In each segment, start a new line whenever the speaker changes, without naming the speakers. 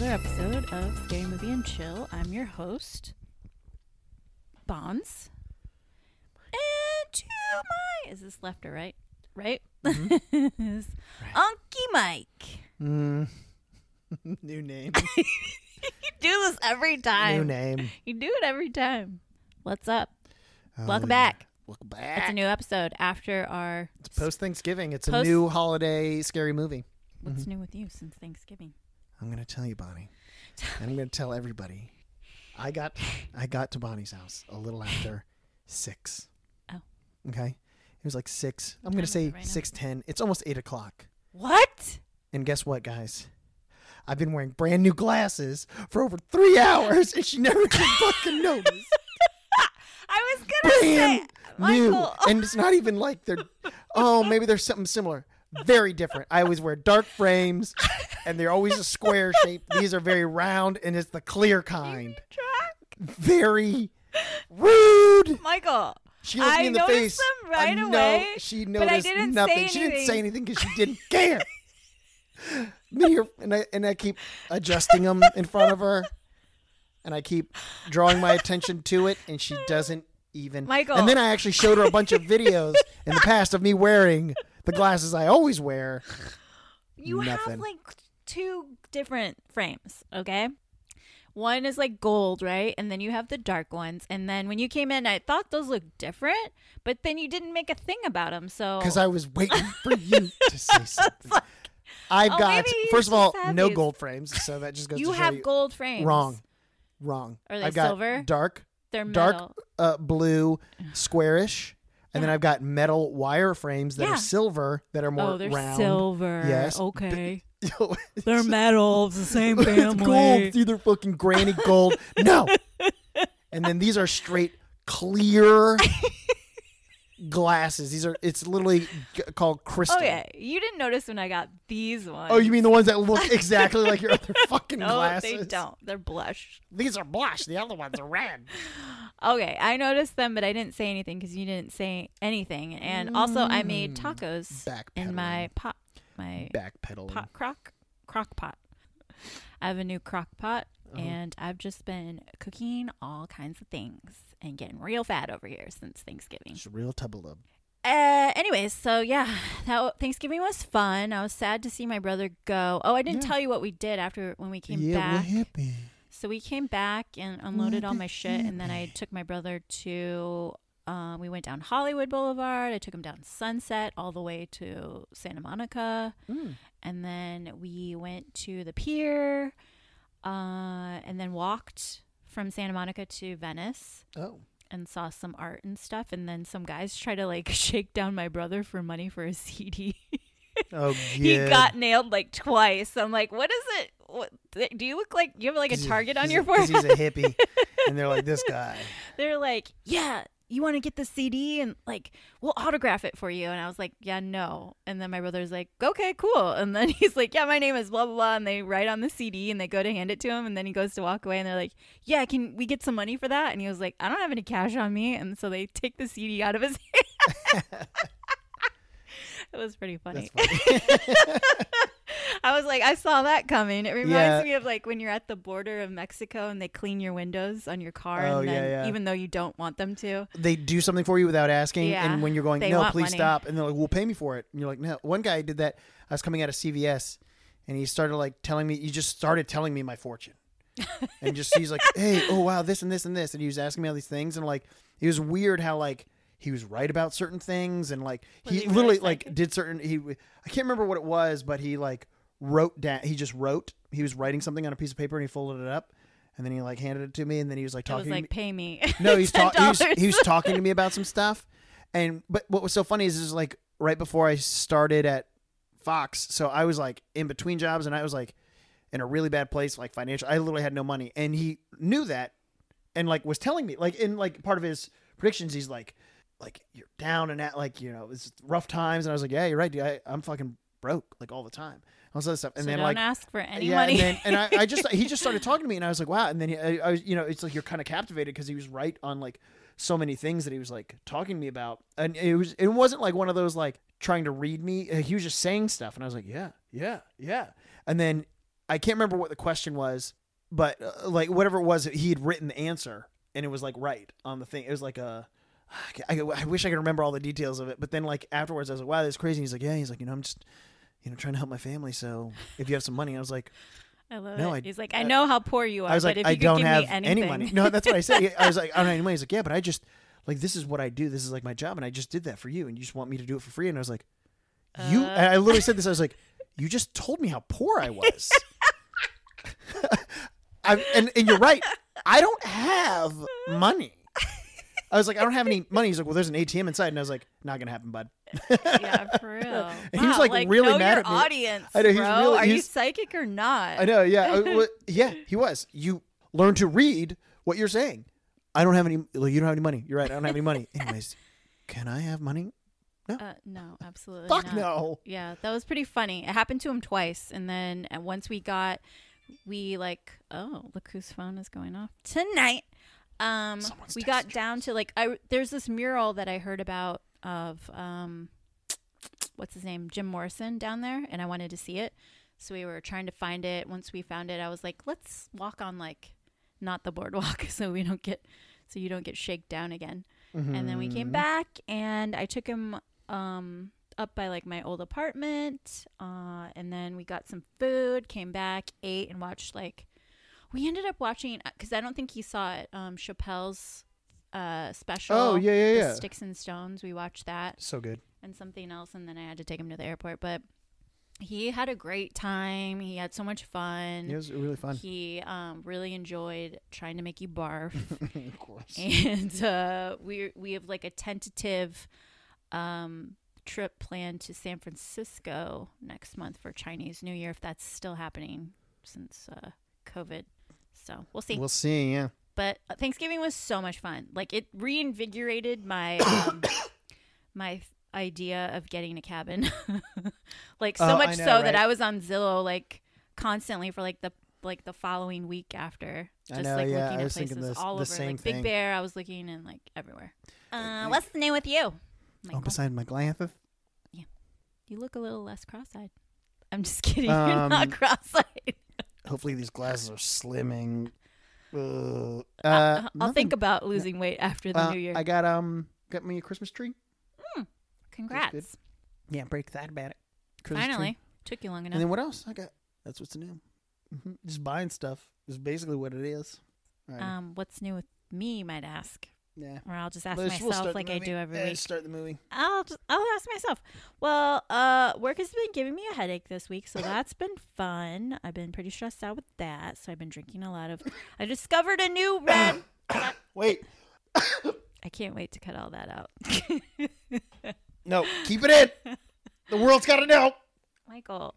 episode of Scary Movie and Chill. I'm your host, Bonds. And to my is this left or right? Right? Mm-hmm. is Unky Mike.
Mm. New name.
You do this every
New
time.
name.
You do it every time. What's up?
Oh,
Welcome
yeah.
back.
Welcome
It's a
back.
new episode after our
It's post Thanksgiving. It's
Post-
a new holiday scary movie.
What's new with you since Thanksgiving?
I'm gonna tell you, Bonnie. I'm gonna tell everybody. I got I got to Bonnie's house a little after six.
Oh.
Okay. It was like six. I'm
time
gonna
is it
say
right now?
six ten. It's almost eight o'clock.
What?
And guess what, guys? I've been wearing brand new glasses for over three hours, and she never can fucking notice.
I was gonna say
brand new,
Michael.
and it's not even like they're. Oh, maybe there's something similar. Very different. I always wear dark frames, and they're always a square shape. These are very round, and it's the clear kind. Very rude.
Michael.
She looked
I
me in the
noticed
face.
them
I
right
know
away,
She
but I
noticed
didn't say
nothing. She didn't
anything.
say anything because she didn't care. Me here- and I and I keep adjusting them in front of her, and I keep drawing my attention to it, and she doesn't even.
Michael.
And then I actually showed her a bunch of videos in the past of me wearing the glasses I always wear.
You have
Nothing.
like two different frames, okay? One is like gold, right? And then you have the dark ones. And then when you came in, I thought those looked different, but then you didn't make a thing about them. So
because I was waiting for you to say something. I've
"Oh,
got
maybe you
first
just
of all
have
no
these."
gold frames, so that just goes.
you
to show
have
you.
gold frames.
Wrong, wrong.
Are they
I've got
silver?
Dark,
They're
dark,
metal.
uh, blue, squarish, and then I've got metal wire frames that
Yeah.
are silver that are more
oh, they're
round.
silver.
Yes.
Okay.
it's
they're metal. It's the same family.
gold. It's either fucking granny gold. No. And then these are straight clear glasses. These are. It's literally g- called crystal.
Okay. You didn't notice when I got these ones.
Oh, you mean the ones that look exactly like your other fucking
no,
glasses?
they don't. They're blush.
These are blush. The other ones are red.
Okay, I noticed them, but I didn't say anything because you didn't say anything. And also, I made
Mm,
tacos in my pot, my
Backpedaling.
pot crock, crock pot. I have a new crock pot,
Uh-huh.
and I've just been cooking all kinds of things and getting real fat over here since Thanksgiving.
It's a real tubble of
Uh, anyways, so yeah, that w- Thanksgiving was fun. I was sad to see my brother go. Oh, I didn't
Yeah.
tell you what we did after when we came
yeah,
back.
we're hippie.
So we came back and unloaded all
the
my shit, and then I took my brother to. Um, we went down Hollywood Boulevard. I took him down Sunset all the way to Santa Monica,
Mm.
and then we went to the pier, uh, and then walked from Santa Monica to Venice
Oh,
and saw some art and stuff. And then some guys try to like shake down my brother for money for a CD.
oh yeah.
He got nailed like twice. I'm like, what is it? What, do you look like you have like a
'Cause he-
target on
he's
your
a- 'cause
forehead?
He's a hippie, and they're like this guy.
they're like, yeah, you want to get the CD and like we'll autograph it for you. And I was like, yeah, no. And then my brother's like, okay, cool. And then he's like, yeah, my name is blah blah blah. And they write on the CD and they go to hand it to him. And then he goes to walk away and they're like, yeah, can we get some money for that? And he was like, I don't have any cash on me. And so they take the CD out of his hand. it was pretty
That's
funny.
funny.
I was like, I saw that coming. It reminds
Yeah.
me of like when you're at the border of Mexico and they clean your windows on your car,
Oh,
and
yeah,
then
yeah.
even though you don't want them to,
they do something for you without asking,
Yeah,
and when you're going,
they
no,
want
please
money.
stop, and they're like, "Well, pay me for it," and you're like, "No." One guy did that. I was coming out of CVS, and he started like telling me. He just started telling me my fortune, and just he's like, "Hey, oh wow, this and this and this," and he was asking me all these things, and like it was weird how like he was right about certain things, and like
he
he,
really
literally like did certain. He I can't remember what it was, but he like wrote down. He just wrote. He was writing something on a piece of paper, and he folded it up. And then he like handed it to me, and then he was like
I
talking.
was
to me.
like, pay me.
No, he's talking. He, was-
$10.
he was talking to me about some stuff, and but what was so funny is, is like right before I started at Fox, so I was like in between jobs, and I was like in a really bad place, like financial. I literally had no money, and he knew that, and like was telling me, like in like part of his predictions, he's like, like you're down and at like you know it's rough times, and I was like, yeah, you're right, dude. I, I'm fucking broke like all the time, all this other stuff, and
So
then
don't
like
ask for any
yeah,
money.
and then and I, I just he just started talking to me, and I was like, wow. And then he, I, I was, you know, it's like you're kind of captivated because he was right on like so many things that he was like talking to me about, and it was it wasn't like one of those like trying to read me. Uh, He was just saying stuff, and I was like, yeah, yeah, yeah. And then I can't remember what the question was, but uh, like whatever it was, he had written the answer, and it was like right on the thing. It was like a. I, I wish I could remember all the details of it, but then like afterwards, I was like, "Wow, that's crazy." And he's like, "Yeah." He's like, "You know, I'm just, you know, trying to help my family. So if you have some money," I was like,
I love
No,
it.
I-
He's like, I know how poor you are,
I was
but
like,
if you
I
could
don't
give
have
me anything,
any money. No, that's what I said. I was like, I don't have any money. He's like, yeah, but I just like this is what I do. This is like my job, and I just did that for you, and you just want me to do it for free. And I was like, you.
Uh.
and I literally said this. I was like, you just told me how poor I was. I, and and you're right. I don't have money. I was like, I don't have any money. He's like, well, there's an ATM inside, and I was like, not gonna happen, bud.
yeah, for real. Wow,
he was, like, really
know
mad
your
at me.
audience,
I know, he's
bro.
really-
Are you
he's-
psychic or not?
I know. Yeah. I- well, yeah. He was. You learn to read what you're saying. I don't have any. like, You don't have any money. You're right. I don't have any money. Anyways, can I have money?
Uh, no, absolutely.
Fuck
not.
no.
Yeah, that was pretty funny. It happened to him twice, and then and once we got, we like, oh, look whose phone is going off tonight. Um,
Someone's
we got
texting
down to like, I there's this mural that I heard about of um, what's his name, Jim Morrison down there, and I wanted to see it, so we were trying to find it. Once we found it, I was like, let's walk on like, not the boardwalk, so we don't get, so you don't get shaked down again and then we came
Hmm.
back and i took him um up by like my old apartment uh and then we got some food came back ate and watched like we ended up watching because i don't think he saw it um chappelle's uh special
Oh, yeah, yeah,
The
yeah.
sticks and stones we watched that
So good.
and something else and then i had to take him to the airport but he had a great time he had so much fun
It was really fun.
he um, really enjoyed trying to make you barf
of course.
and uh, we we have like a tentative um, trip planned to San Francisco next month for Chinese New Year if that's still happening since uh, COVID. So we'll see.
We'll see. Yeah.
but uh, Thanksgiving was so much fun. Like it reinvigorated my um, my idea of getting a cabin. like so
Oh, I
much
know,
so
right?
that I was on Zillow like constantly for like the like the following week after
I
just
know,
like
yeah,
looking
I
at
was thinking
places
this-
all
the
over
same
like
thing.
big bear i was looking in like everywhere uh,
I-
what's the new with you
Oh,
Michael?
beside Glantha.
you look a little less cross-eyed i'm just kidding you're
Um,
not cross-eyed
Hopefully these glasses are slimming. Ugh. Uh,
I- i'll
nothing.
think about losing weight after the
Uh,
new year
I got um got me a Christmas tree. good.
congrats
Yeah, break that about it. Christmas tree.
finally took you long enough
And then what else? I got. That's what's new. hmm Just buying stuff is basically what it is. All right.
um what's new with me you might ask
yeah.
or i'll just ask
Let's- we'll
myself
start the
like i
movie.
do every
Yeah,
week
Start the movie.
I'll just, I'll ask myself. Well, uh, work has been giving me a headache this week, so that's been fun. I've been pretty stressed out with that, so I've been drinking a lot of. I discovered a new red.
Wait,
I can't wait to cut all that out.
no, keep it in. The world's got to know.
Michael,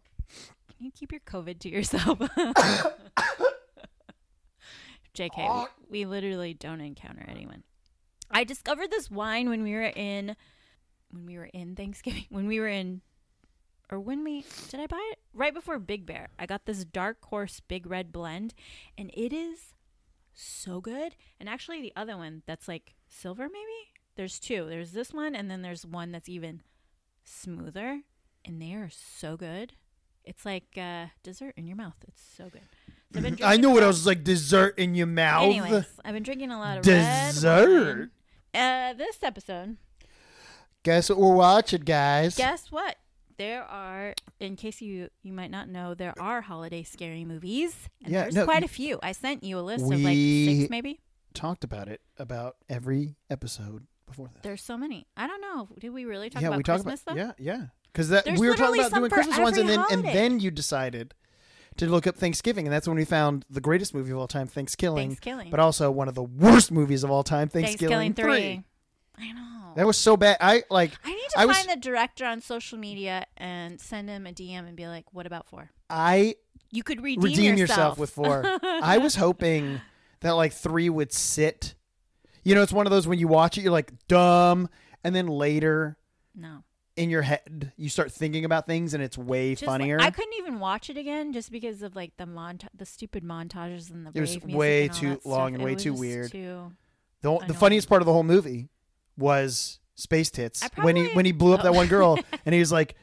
can you keep your COVID to yourself? JK, we, we literally don't encounter anyone. I discovered this wine when we were in, when we were in Thanksgiving, when we were in, or when we did I buy it right before Big Bear? I got this dark horse Big Red blend, and it is so good. And actually, the other one that's like silver, maybe there's two. There's this one, and then there's one that's even smoother and they are so good. It's like uh, dessert in your mouth. It's so good. So I've been
I
drinking
know
a
what
lot-
else is like dessert in your mouth.
Anyways, I've been drinking a lot of
Dessert?
Red wine. uh, this episode,
Guess what we're watching, guys?
guess what? There are, in case you you might not know, there are holiday scary movies, and
Yeah,
there's
no,
quite
you-
a few. I sent you a list of like
We-
six, maybe.
Talked about it about every episode before this.
There's so many. I don't know. Did we really talk
yeah,
about
we talked
Christmas
about
though?
yeah, yeah. Because that
There's
we were
literally
talking
some
about doing
for
Christmas ones, and
every
then and
holiday.
then you decided to look up Thanksgiving, and that's when we found the greatest movie of all time, Thanksgiving,
Thanksgiving.
but also one of the worst movies of all time, Thanksgiving,
three. I know.
That was so bad. I like.
I need to
I
find
was-
the director on social media and send him a DM and be like, "What about four?
I
You could redeem,
redeem, yourself. with four. Uh, I was hoping that like three would sit. You know, it's one of those when you watch it, you're like dumb, and then later
no,
in your head you start thinking about things, and it's way
Just, like,
funnier.
I couldn't even watch it again just because of like the monta- the stupid montages and the.
It was
rave music
way
and all
too
that stuff.
long and
It
way
was
too
just
weird.
too-
the
I
the
know.
funniest part of the whole movie was space tits
I
when he
probably-
when he blew up
Oh.
that one girl, and he was like,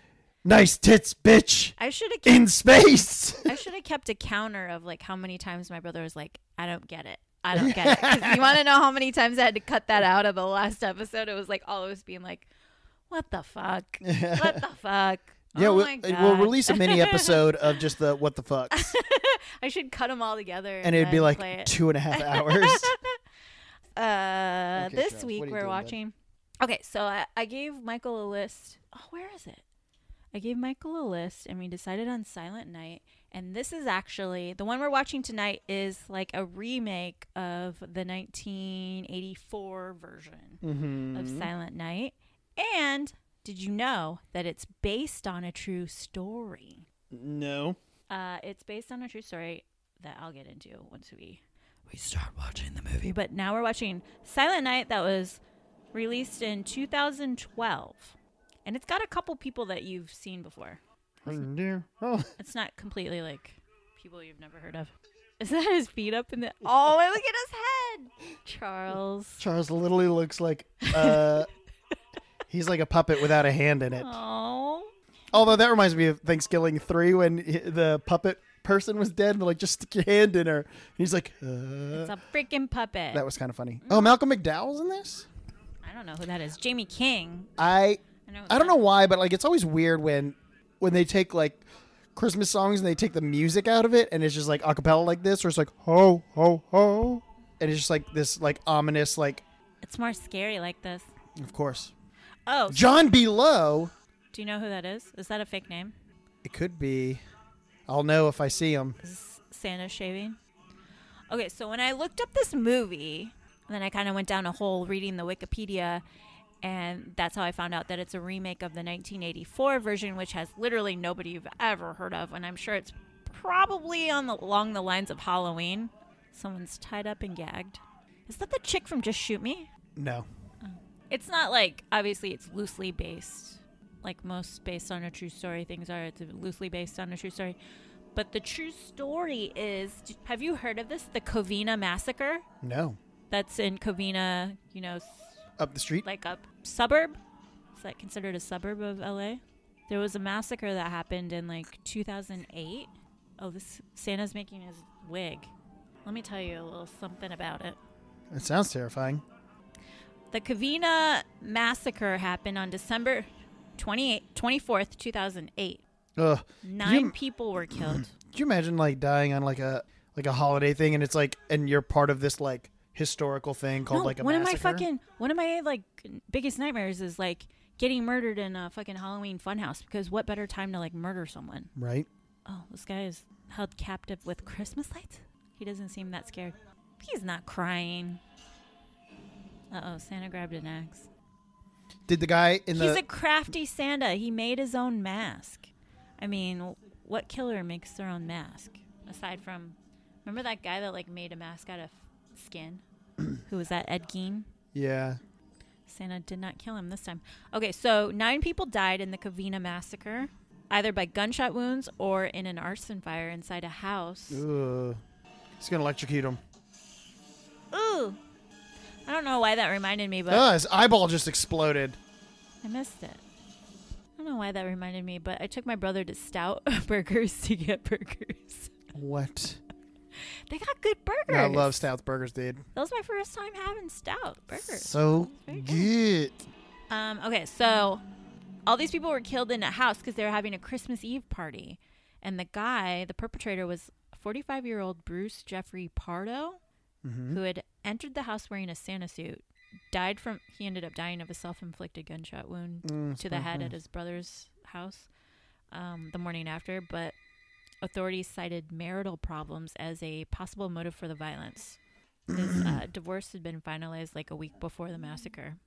Nice tits, bitch.
I should have kept,
In space.
I should have kept a counter of like how many times my brother was like, I don't get it. I don't get it. 'Cause you want to know how many times I had to cut that out of the last episode? It was like all of us being like, what the fuck? What the fuck?
Yeah,
oh
we'll, uh,
my
we'll
God.
release a mini episode of just the what the fuck,
I should cut them all together.
and it'd be
then
like
play it.
two and a half hours.
Uh,
Okay,
this
Charles,
week
what are you
we're
doing, bud?
watching. Okay, so I, I gave Michael a list. Oh, where is it? I gave Michael a list, and we decided on Silent Night. And this is actually the one we're watching tonight is like a remake of the 1984 version
mm-hmm.
of Silent Night. And did you know that it's based on a true story?
No.
Uh, it's based on a true story that I'll get into once we we start watching the movie. But now we're watching Silent Night that was released in 2012, and it's got a couple people that you've seen before.
Oh.
It's not completely like people you've never heard of. Is that his feet up in the? Oh, look at his head, Charles.
Charles literally looks like uh, he's like a puppet without a hand in it.
Oh,
Although that reminds me of Thanksgiving three when he- the puppet person was dead and they're like just stick your hand in her. And he's like, uh,
it's a freaking puppet.
that was kind of funny. Oh, Malcolm McDowell's in this.
I don't know who that is. Jamie King.
I
I know.
I don't
that-
know why, but like it's always weird when when they take like Christmas songs and they take the music out of it and it's just like a cappella like this or it's like ho ho ho and it's just like this like ominous like
It's more scary like this.
of course.
Oh,
John Below
do you know who that is? Is that a fake name?
It could be I'll know if I see him.
S- Santa shaving. Okay, so when I looked up this movie, then I kind of went down a hole reading the Wikipedia, and that's how I found out that it's a remake of the 1984 version, which has literally nobody you've ever heard of, and I'm sure it's probably on the, along the lines of Halloween. Someone's tied up and gagged. Is that the chick from Just Shoot Me?
No.
It's not like obviously it's loosely based, like most based on a true story things are. It's loosely based on a true story, but the true story is. Have you heard of this? The Covina massacre.
No.
That's in Covina, you know, s-
Up the street?
like a suburb. Is that considered a suburb of LA? There was a massacre that happened in like 2008. Oh, this Santa's making his wig. Let me tell you a little something about it.
It sounds terrifying.
The Covina massacre happened on December 28, 24th, 2008.
Ugh.
Nine
You-
people were killed.
Could you imagine like dying on like a like a holiday thing and it's like and you're part of this like historical thing called
no,
like a
one
massacre?
of my fucking one of my like biggest nightmares is like getting murdered in a fucking Halloween funhouse because what better time to like murder someone?
right?
Oh, this guy is held captive with Christmas lights. He doesn't seem that scared. He's not crying. Uh oh, Santa grabbed an axe.
Did the guy in the
He's a crafty Santa. He made his own mask. I mean, what killer makes their own mask? Aside from, remember that guy that like made a mask out of skin? Who was that? Ed Gein.
Yeah.
Santa did not kill him this time. Okay, so nine people died in the Covina massacre, either by gunshot wounds or in an arson fire inside a house. Ooh.
Ugh. He's gonna electrocute him.
I don't know why that reminded me, but
Ah, his eyeball just exploded.
I missed it. I don't know why that reminded me, but I took my brother to Stout Burgers to get burgers.
What?
They got good burgers.
I love Stouts burgers, dude.
That was my first time having stout burgers.
So
Very
good.
Um, okay, so all these people were killed in a house because they were having a Christmas Eve party, and the guy, the perpetrator, was 45-year-old Bruce Jeffrey Pardo,
Mhm.
who had entered the house wearing a Santa suit. Died from he ended up dying of a self-inflicted gunshot wound
Mm,
to the head
mhm.
at his brother's house um, the morning after, but authorities cited marital problems as a possible motive for the violence. His uh, divorce had been finalized like a week before the massacre.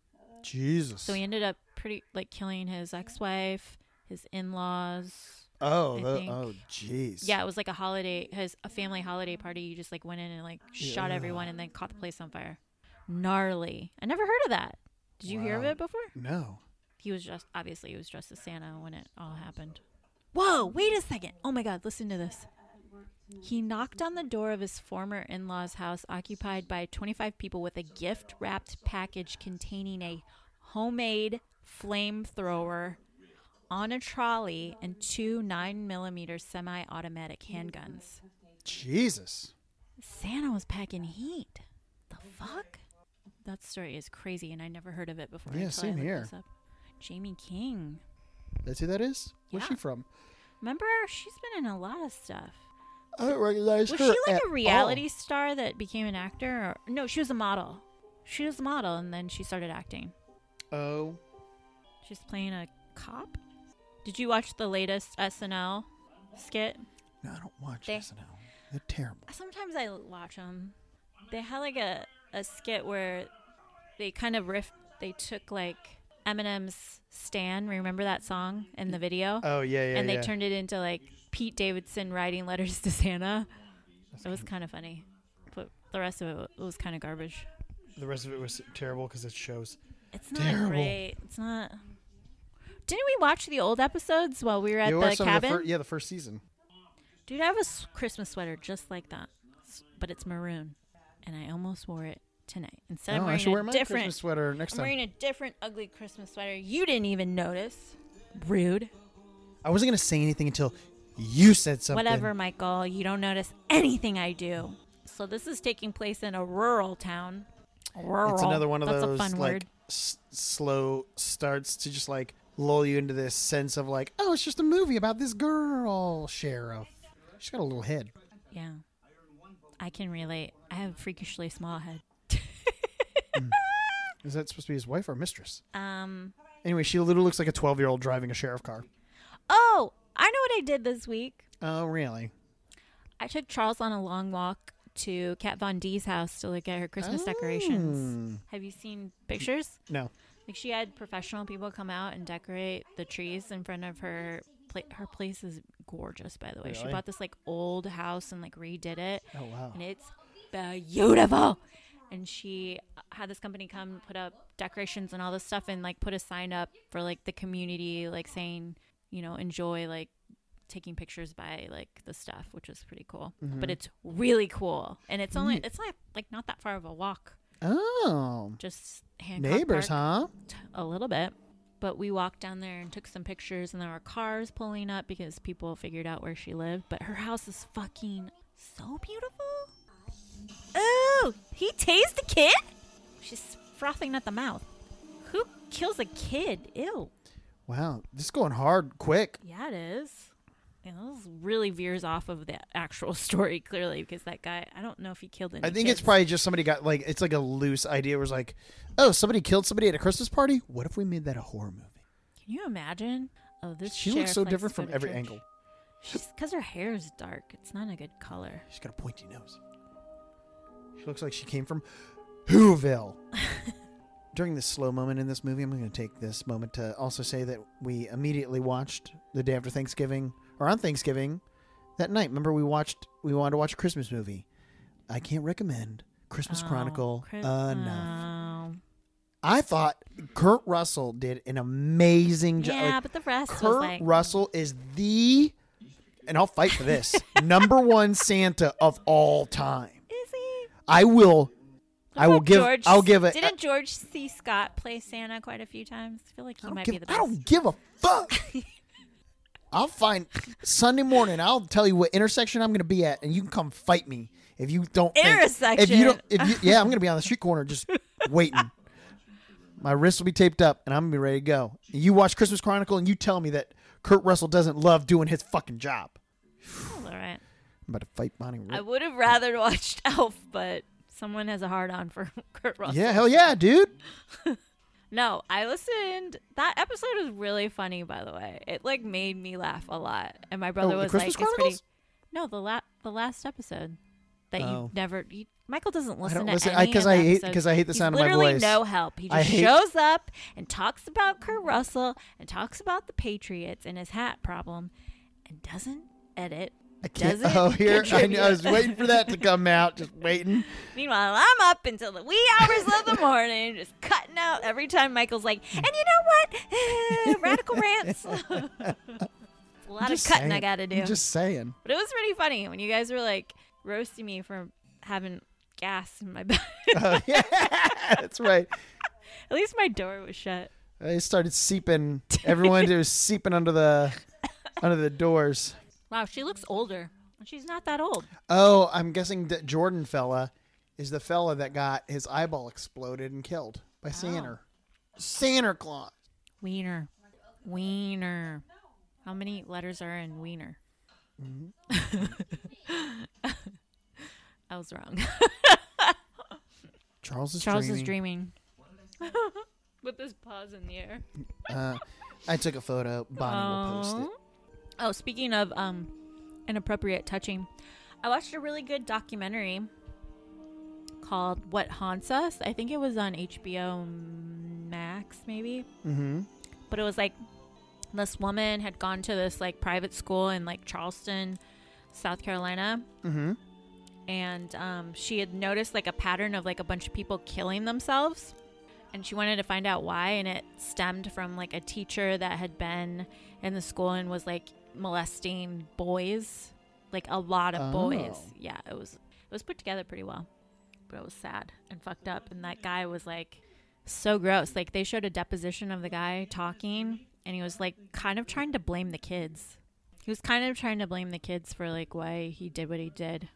Jesus.
So he ended up pretty like killing his ex-wife, his in-laws.
oh,
I
the,
think-
oh, jeez.
Yeah, it was like a holiday, his a family holiday party. You just like went in and like shot everyone and then caught the place on fire. Gnarly. I never heard of that. Did you hear of
Wow.
it before?
No.
He was just obviously he was dressed as Santa when it all happened. Whoa, wait a second. Oh my god, listen to this. He knocked on the door of his former in law's house, occupied by 25 people, with a gift wrapped package containing a homemade flamethrower, on a trolley and two 9 millimeter semi automatic handguns.
Jesus.
Santa was packing heat. The fuck? That story is crazy, and I never heard of it before.
Yeah,
until I
same
looked
here.
this up. Jamie King.
That's who that is? Where's
Yeah.
she from?
Remember, she's been in a lot of stuff.
I don't recognize
Was
her.
she like
at
a reality star that became an actor? Or, no, she was a model. She was a model, and then she started acting.
all. Oh.
She's playing a cop. Did you watch the latest SNL skit?
No, I don't watch
They-
SNL. They're terrible.
Sometimes I watch them. They had like a, a skit where they kind of riff. They took like Eminem's "Stan." Remember that song in the video?
Oh yeah, yeah.
and they turned it into like Pete Davidson writing letters to Santa. It was kind of funny, but the rest of it wa- was kind of garbage.
the rest of it was terrible because it shows.
It's not
Terrible.
great. It's not. Didn't we watch the old episodes while we were at the cabin?
yeah, the first season.
Dude, I have a s- Christmas sweater just like that, S- but it's maroon, and I almost wore it tonight. Instead, I'm
no, Oh, I
wearing
should
a
wear my
different.
Christmas sweater next
I'm
time.
wearing a different ugly Christmas sweater. You didn't even notice. Rude.
I wasn't gonna say anything until you said something.
Whatever, Michael. You don't notice anything I do. So this is taking place in a rural town. Rural.
It's another one of
That's
those
a fun
like
word.
S- slow starts to just like lull you into this sense of like, oh, it's just a movie about this girl sheriff. She's got a little head.
Yeah. I can relate. I have a freakishly small head.
Is that supposed to be his wife or mistress?
Um.
Anyway, she literally looks like a twelve-year-old driving a sheriff car.
Oh, I know what I did this week.
Oh, really?
I took Charles on a long walk to Kat Von D's house to look at her Christmas decorations.
Oh.
Have you seen pictures?
No.
Like she had professional people come out and decorate the trees in front of her. Pla- her place is gorgeous, by the way. She
Really?
bought this like old house and like redid it,
Oh wow.
and it's beautiful. And she had this company come put up decorations and all this stuff, and like put a sign up for like the community, like saying, you know, enjoy like taking pictures by like the stuff, which is pretty cool.
Mm-hmm.
But it's really cool, and it's only it's not like not that far of a walk,
Oh,
just Hancock
neighbors,
Park
huh?
t- a little bit. But we walked down there and took some pictures, and there were cars pulling up because people figured out where she lived. But her house is fucking so beautiful. Ooh, he tased the kid? She's frothing at the mouth. Who kills a kid? Ew.
Wow, this is going hard, quick.
Yeah, it is. Yeah, this really veers off of the actual story, clearly, because that guy, I don't know if he killed any
I think it's
kids.
probably just somebody got like it's like a loose idea. Where it's like, oh, somebody killed somebody at a Christmas party. What if we made that a horror movie?
Can you imagine? Oh, this
She looks
sheriff
so
likes
different
to go
from
to
every
church.
angle.
She's because her hair is dark. It's not a good color.
She's got a pointy nose. She looks like she came from Whoville. During this slow moment in this movie, I'm going to take this moment to also say that we immediately watched the day after Thanksgiving or on Thanksgiving that night. Remember, we watched we wanted to watch a Christmas movie. I can't recommend Christmas
Oh,
Chronicle
Chris-
enough.
Oh.
I thought Kurt Russell did an amazing job.
Yeah, but the rest was
Kurt
like mm.
Russell is the, and I'll fight for this, number one Santa of all time.
Is he?
I will,
What
I will
about
give,
George,
I'll give it.
Didn't George C. Scott play Santa quite a few times? I feel like he
I don't,
might
give,
be the
I
best.
don't give a fuck. I'll find Sunday morning. I'll tell you what intersection I'm going to be at, and you can come fight me if you don't. think- if
Intersection.
you don't, if you, yeah, I'm going to be on the street corner just waiting. My wrists will be taped up, and I'm going to be ready to go. You watch Christmas Chronicle, and you tell me that Kurt Russell doesn't love doing his fucking job.
All right.
I'm about to fight Bonnie. Raitt.
I would have rather watched Elf, but someone has a hard on for Kurt Russell.
Yeah, hell yeah, dude.
No, I listened. That episode was really funny, by the way. It like made me laugh a lot, and my brother
Oh, the
was like,
Christmas
"It's pretty."
Chronicles?
No, the la- the last episode that
Oh.
you never. You, Michael doesn't listen to
listen- I-
any
'cause
of the
I hate-
episodes.
'cause I hate the
He's
sound of my
literally
voice.
No help. He
I
just
hate-
shows up and talks about Kurt Russell and talks about the Patriots and his hat problem, and doesn't edit.
I can't.
Doesn't
oh, here I, knew, I was
contribute.
waiting for that to come out. Just waiting.
Meanwhile, I'm up until the wee hours of the morning, just cutting out every time Michael's like, and you know what? Radical rants. it's a lot of
Just
cutting I
saying.
got to do.
I'm just saying.
But it was pretty funny when you guys were like roasting me for having gas in my back.
Oh yeah, that's right.
At least my door was shut.
It started seeping. Everyone was seeping under the under the doors.
Wow, she looks older. She's not that old.
Oh, I'm guessing that Jordan fella is the fella that got his eyeball exploded and killed
Oh.
by Santa. Santa Claus.
Wiener. Wiener. How many letters are in wiener? Mm-hmm. I was wrong.
Charles is
Charles
dreaming.
is dreaming.
With his paws in the air.
Uh, I took a photo. Bonnie will post it.
Oh, speaking of um, inappropriate touching, I watched a really good documentary called "What Haunts Us." I think it was on HBO Max, maybe.
Mm-hmm.
but it was like this woman had gone to this like private school in like Charleston, South Carolina,
Mm-hmm.
and um, she had noticed like a pattern of like a bunch of people killing themselves, and she wanted to find out why, and it stemmed from like a teacher that had been in the school and was like molesting boys, like a lot of boys.
Oh.
Yeah, it was it was put together pretty well, but it was sad and fucked up, and that guy was like so gross. Like they showed a deposition of the guy talking and he was like kind of trying to blame the kids. He was kind of trying to blame the kids for like why he did what he did.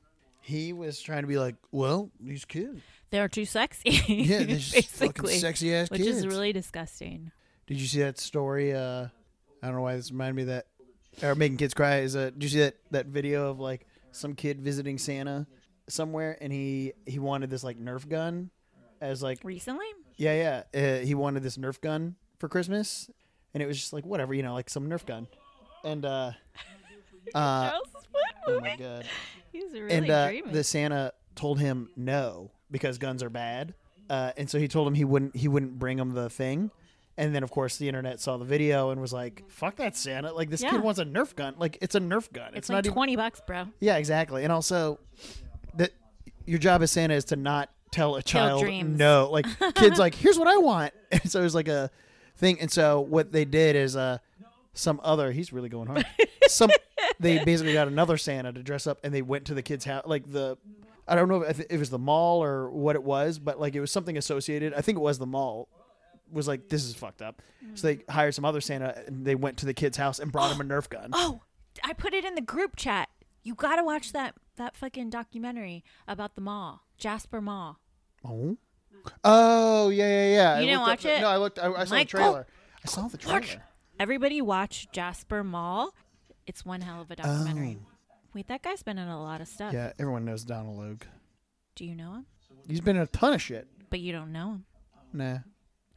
He was trying to be like, well, these kids.
They're too sexy.
Yeah, they're just fucking
basically,
sexy ass
Which
kids.
is really disgusting.
Did you see that story? Uh, I don't know why this reminded me of that. Or making kids cry is a. Did you see that that video of like some kid visiting Santa somewhere and he he wanted this like Nerf gun as like
Recently?
yeah yeah uh, he wanted this Nerf gun for Christmas and it was just like whatever you know like some Nerf gun and uh uh
Charles is what
oh
movie?
my god
He's really
and uh,
dreaming.
the Santa told him no because guns are bad, uh, and so he told him he wouldn't he wouldn't bring him the thing. And then of course the internet saw the video and was like, "Fuck that Santa! Like this
Yeah.
kid wants a Nerf gun. Like it's a Nerf gun. It's,
it's
not
like
even
twenty bucks, bro.
yeah, exactly. And also that your job as Santa is to not tell a child
dreams.
no. Like kids like, here's what I want. And so it was like a thing. And so what they did is uh some other he's really going hard. Some they basically got another Santa to dress up and they went to the kid's house like the I don't know if it was the mall or what it was, but like it was something associated. I think it was the mall. Was like this is fucked up. So they hired some other Santa and they went to the kid's house and brought him a Nerf gun.
Oh, I put it in the group chat. You gotta watch that that fucking documentary about the mall. Jasper Mall.
Oh. Oh yeah yeah yeah.
Uh-huh. You
I
didn't
looked
watch
up-
it?
No, I looked. I, I saw the
Michael,
trailer. I saw the trailer.
Everybody watch Jasper Mall. It's one hell of a documentary. Wait, that guy's been in a lot of stuff.
Oh. Yeah, everyone knows Donald Logue.
Do you know him?
He's been in a ton of shit.
But you don't know him.
Nah.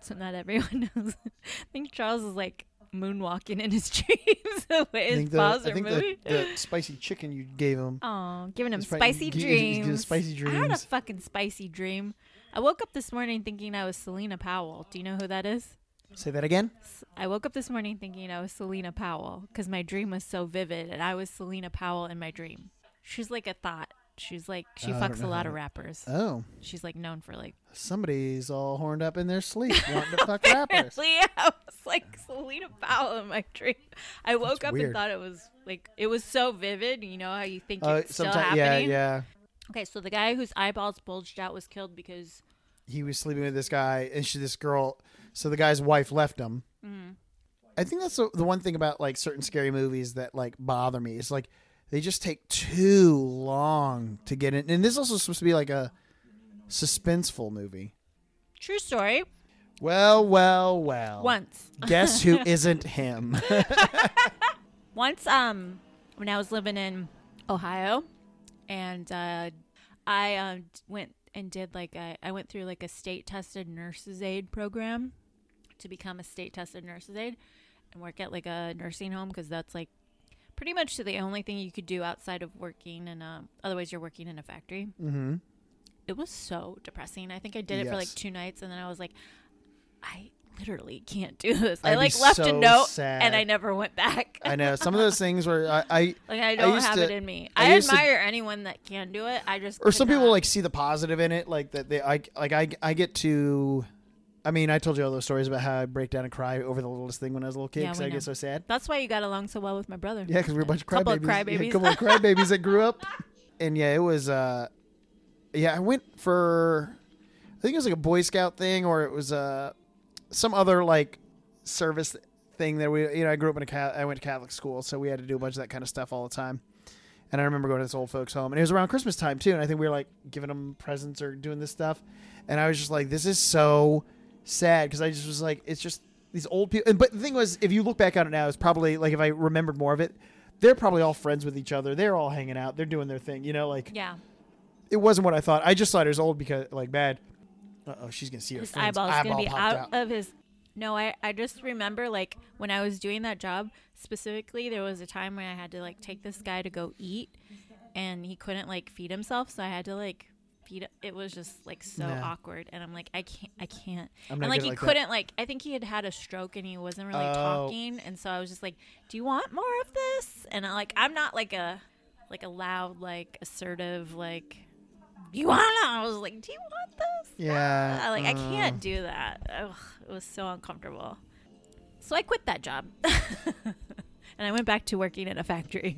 So not everyone knows. I think Charles is like moonwalking in his dreams the way
I
his
think, the,
paws
I
are
think the,
moving.
the spicy chicken you gave him.
Oh, giving him
He's probably-
spicy
he's- he's- he's
dreams.
giving spicy
I had a
dreams.
fucking spicy dream. I woke up this morning thinking I was Selena Powell. Do you know who that is?
Say that again.
S- I woke up this morning thinking I was Selena Powell because my dream was so vivid, and I was Selena Powell in my dream. She's like a thought. She's like she
Oh, I don't
fucks a
know
lot
how
of
to-
rappers.
Oh,
She's like known for like
somebody's all horned up in their sleep, wanting to fuck rappers.
really. I was like Selena Powell in my dream. I woke up
weird.
and thought it was like it was so vivid. You know how you think
Oh,
it's still
sometime-
happening.
yeah, yeah.
Okay, so the guy whose eyeballs bulged out was killed because
He was sleeping with this guy, and she, this girl. So the guy's wife left him. I think that's the, the one thing about like certain scary movies that like bother me. It's like they just take too long to get in. And this is also supposed to be like a suspenseful movie.
true story.
Well, well, well.
Once
Guess who isn't him?
once um when I was living in Ohio and uh I um d- went and did like a, I went through like a state tested nurses aid program to become a state tested nurses aid and work at like a nursing home because that's like pretty much the only thing you could do outside of working and um otherwise you're working in a factory.
mm-hmm.
It was so depressing. I think I did it for like
Yes.
two nights and then I was like I literally can't do this. i
I'd be
like left
so
a note
sad.
and I never went back.
I know some of those things where I, I
Like I don't
used
have
to-
it in me.
I
I,
used to-
admire anyone that can do it. I just
or
could
some people
not.
like see the positive in it, like that they I like I I get to. I mean, I told you all those stories about how I break down and cry over the littlest thing when I was a little kid
Yeah,
because
we
I
know.
get so sad.
That's why you got along so well with my brother.
Yeah, because we were a bunch of crybabies.
Couple of
Yeah,
crybabies.
a couple of crybabies that grew up. And yeah, it was. uh Yeah, I went for. I think it was like a Boy Scout thing, or it was uh some other like service thing that we you know I grew up in a Ca- I went to Catholic school, so we had to do a bunch of that kind of stuff all the time. And I remember going to this old folks' home, and it was around Christmas time too. And I think we were like giving them presents or doing this stuff, and I was just like, "This is so sad," because I just was like, "It's just these old people." And but the thing was, if you look back on it now, it's probably like if I remembered more of it, they're probably all friends with each other. They're all hanging out. They're doing their thing. You know, like
Yeah.
it wasn't what I thought. I just thought it was old because like bad. Uh oh, she's gonna see her
His
friend's
eyeball's
eyeball
gonna be
popped
out,
out.
of his no, I, I just remember like when I was doing that job specifically, there was a time when I had to like take this guy to go eat and he couldn't like feed himself, so I had to like feed it was just like so
Yeah.
awkward and I'm like, I can't I can't
I'm not
and like
good
he
like that.
couldn't like I think he had had a stroke and he wasn't really
Oh.
talking and so I was just like, Do you want more of this? And I like I'm not like a like a loud, like assertive, like you wanna I was like, Do you want this?
Yeah.
I, like I
uh,
can't do that. Ugh, it was so uncomfortable. So I quit that job, and I went back to working in a factory.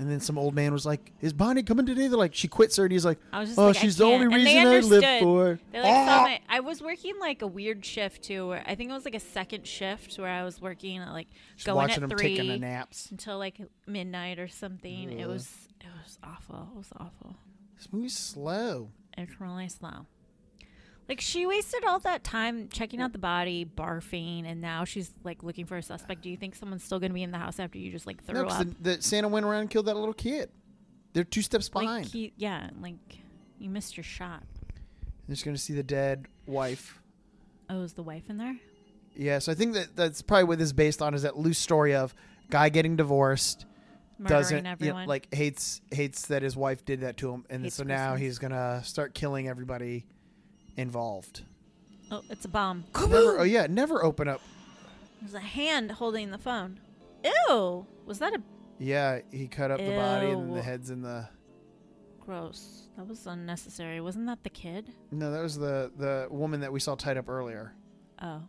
And then some old man was like, "Is Bonnie coming today?" They're like, "She quits her," and he's like,
I was just
"Oh,
like, I
she's the only
can't." And
reason
they
I live
understood.
for."
They like saw
Ah!
my. I was working like a weird shift too, where I think it was like a second shift where I was working at like
Just
going
watching
at
him
three
taking the naps.
until like midnight or something. It
Ugh.
was it was awful. It was awful.
This movie's slow.
It's really slow. Like she wasted all that time checking out the body, barfing, and now she's like looking for a suspect. Do you think someone's still gonna be in the house after you just like threw
No, 'cause
up?
the, the Santa went around and killed that little kid. They're two steps
like
behind.
he, yeah, like you missed your shot.
They're just gonna see the dead wife.
Oh, is the wife in there?
Yeah, so I think that that's probably what this is based on is that loose story of guy getting divorced,
Murdering
doesn't you know,
everyone.
like hates hates that his wife did that to him, and
Hates
so now
Christmas.
he's gonna start killing everybody involved.
oh, it's a bomb.
Never, oh yeah, never open up.
There's a hand holding the phone. Ew, was that a
Yeah, he cut up the body and then the
Ew.
head's in the.
gross? That was unnecessary. Wasn't that the kid?
No, that was the the woman that we saw tied up earlier.
Oh,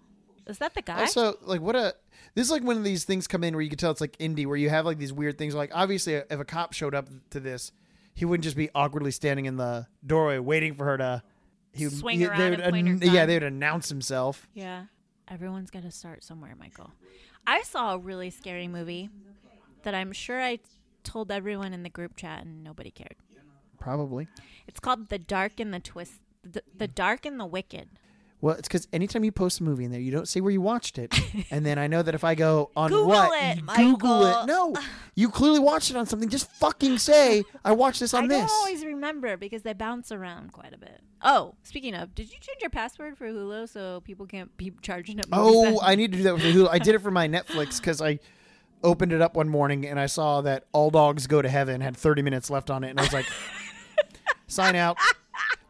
is that the guy?
Also, like what a this is like one of these things come in where you can tell it's like indie where you have like these weird things like obviously uh, if a cop showed up to this, he wouldn't just be awkwardly standing in the doorway waiting for her to he would-
Swing
he-
around
they would
and point her
yeah,
gun.
they would announce himself.
Yeah. Everyone's got to start somewhere, Michael. I saw a really scary movie that I'm sure I told everyone in the group chat and nobody cared.
Probably.
It's called The Dark and the Twist The, the Dark and the Wicked.
Well, it's because anytime you post a movie in there, you don't say where you watched it, and then I know that if I go on
Google
what,
it,
you Google it.
Michael.
No, you clearly watched it on something. Just fucking say I watched this on
I
this.
don't always remember because they bounce around quite a bit. Oh, speaking of, did you change your password for Hulu so people can't be charging up? movies
Oh,
that-
I need to do that with the Hulu. I did it for my Netflix because I opened it up one morning and I saw that All Dogs Go to Heaven had 30 minutes left on it, and I was like, sign out.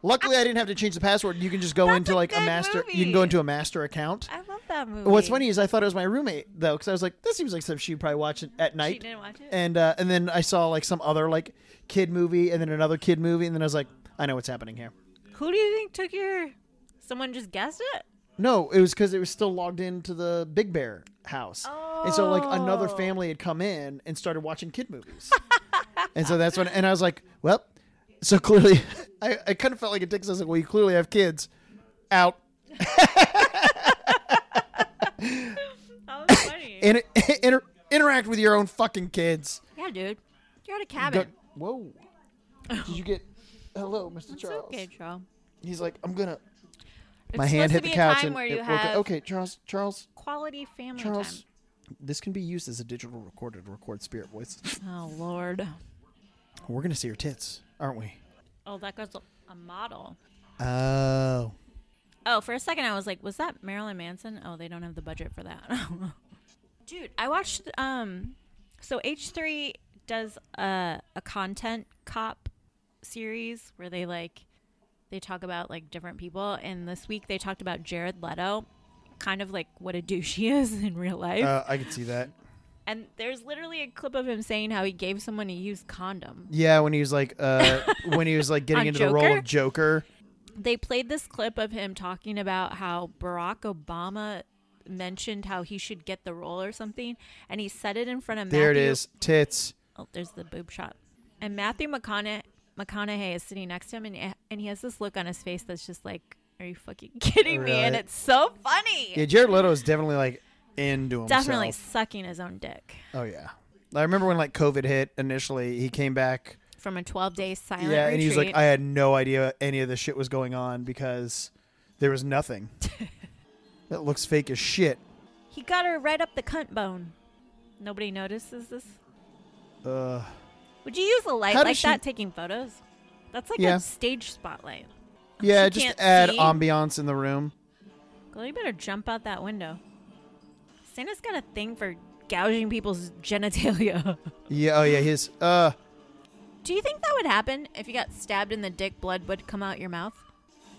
Luckily, I didn't have to change the password. You can just go
That's a
into like a
good
master. You can
movie.
go into a master account.
I love that movie.
Oh, What's funny is I thought it was my roommate though, because I was like, "This seems like stuff she'd probably watch it at
She
night."
didn't watch it.
And uh, and then I saw like some other like kid movie, and then another kid movie, and then I was like, "I know what's happening here."
Who do you think took your? Someone just guessed it.
No, it was because it was still logged into the Big Bear house, and so like another
Oh.
family had come in and started watching kid movies, and so that's when and I was like, well, so clearly, I, I kind of felt like a dick. 'cause I was like, well, you clearly have kids, out,
That was funny.
inter- inter- interact with your own fucking kids.
yeah, dude, you're at a
Go-
cabin.
whoa, did you get? Hello, Mr. Charles.
Okay, Joe.
He's like, I'm gonna.
It's
My
supposed
hand hit
to
the
be a
couch
time
and
where
it
you
woke up.
have
okay, Charles, Charles,
quality family
Charles. This can be used as a digital recorder to record spirit voice.
time. Oh Lord.
We're gonna see her tits, aren't we?
Oh, that guy's a- a model.
Oh,
Oh, for a second I was like, was that Marilyn Manson? Oh, they don't have the budget for that. Dude, I watched um so H3 does a a content cop series where they like they talk about like different people and this week they talked about Jared Leto, kind of like what a douche he is in real life.
uh, I could see that.
And there's literally a clip of him saying how he gave someone a used condom.
Yeah, when he was like, uh, when he was like getting
On
into the role
Joker?
of Joker.
They played this clip of him talking about how Barack Obama mentioned how he should get the role or something, and he said it in front of
There it
Matthew.
is, tits.
Oh, there's the boob shot. And Matthew McCona- McConaughey is sitting next to him, and and he has this look on his face that's just like, "Are you fucking kidding me?" And
Right.
it's so funny.
Yeah, Jared Leto is definitely like into himself.
Definitely sucking his own dick
Oh yeah. I remember when like COVID hit initially. He came back.
from a 12 day silent
yeah,
retreat.
and he was like, I had no idea any of this shit was going on because there was nothing. that looks fake as shit.
he got her right up the cunt bone. Nobody notices this.
Uh,
Would you use a light
How
like
does she-
that taking photos? That's like
Yeah.
a stage spotlight.
yeah,
She
just
can't
add
see.
ambiance in the room.
Girl, you better jump out that window. Santa's got a thing for gouging people's genitalia.
Yeah, oh
Mm.
yeah, his uh,
Do you think that would happen if you got stabbed in the dick? Blood would come out your mouth.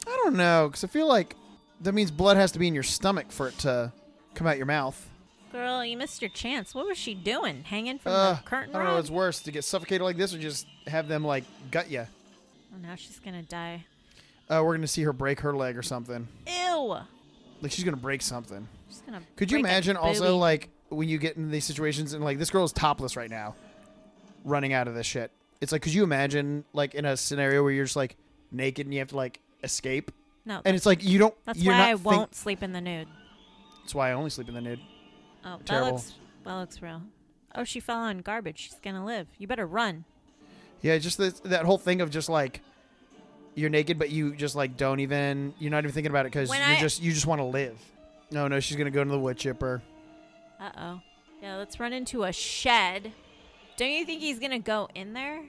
I don't know, cause I feel like that means blood has to be in your stomach for it to come out your mouth.
Girl, you missed your chance. What was she doing? Hanging from
Uh,
the
I
curtain
don't know.
rod?
It's worse to get suffocated like this, or just have them like gut you.
Oh, now she's gonna die.
Uh, we're gonna see her break her leg or something.
Ew.
Like she's gonna break something.
She's gonna.
Could you
break a
imagine also
booby.
like when you get in these situations and like this girl is topless right now, running out of this shit. It's like could you imagine like in a scenario where you're just like naked and you have to like escape,
No,
and it's like you don't.
that's
you're
why
not
I
think-
won't sleep in the nude.
That's why I only sleep in the nude.
Oh, that
Terrible.
looks. That looks real. Oh, she fell on garbage. She's gonna live. You better run.
Yeah, just that that whole thing of just like you're naked, but you just like don't even you're not even thinking about it because you're
When I-
just you just want to live. No, no, she's gonna go into the wood chipper.
Uh oh. Yeah, let's run into a shed. Don't you think he's gonna go in there?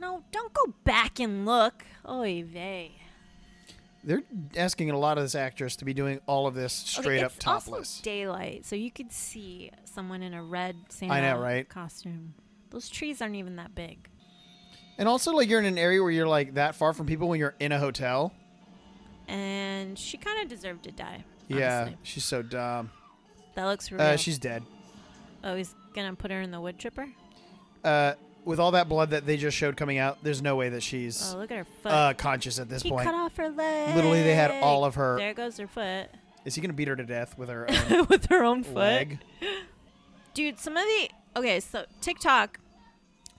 No, don't go back and look. Oy vey.
They're asking a lot of this actress to be doing all of this
Okay,
straight up
it's
topless.
Also daylight, so you could see someone in a red Santa
I know, right?
costume. Those trees aren't even that big.
And also, like, you're in an area where you're like that far from people when you're in a hotel.
And she kind of deserved to die.
Yeah,
honestly.
she's so dumb.
That looks real.
Uh, she's dead.
oh, he's gonna put her in the wood chipper?
Uh, with all that blood that they just showed coming out, there's no way that she's
Oh, look at her foot.
uh, conscious at this
he
point.
cut off her leg.
Literally, they had all of her.
There goes her foot.
Is he gonna beat her to death with her own
With her own foot.
leg?
Dude, some of the okay, so TikTok,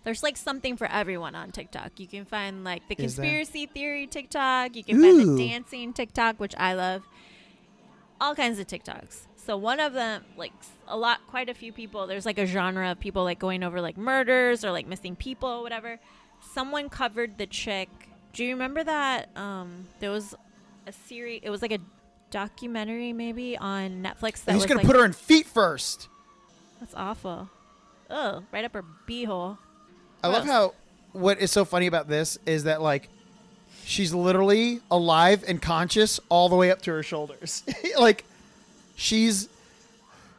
there's like something for everyone on TikTok. You can find like the
Is there?
conspiracy theory TikTok. You can find
Ooh.
the dancing TikTok, which I love. All kinds of TikToks. So one of them, like s- a lot, quite a few people. There's like a genre of people like going over like murders or like missing people, or whatever. Someone covered the chick. Do you remember that? Um, there was a series. It was like a documentary, maybe on Netflix. That
He's
was
gonna
like,
put her in feet first.
that's awful. Ugh, right up her beehole.
I love
Gross.
how what is so funny about this is that like she's literally alive and conscious all the way up to her shoulders. like she's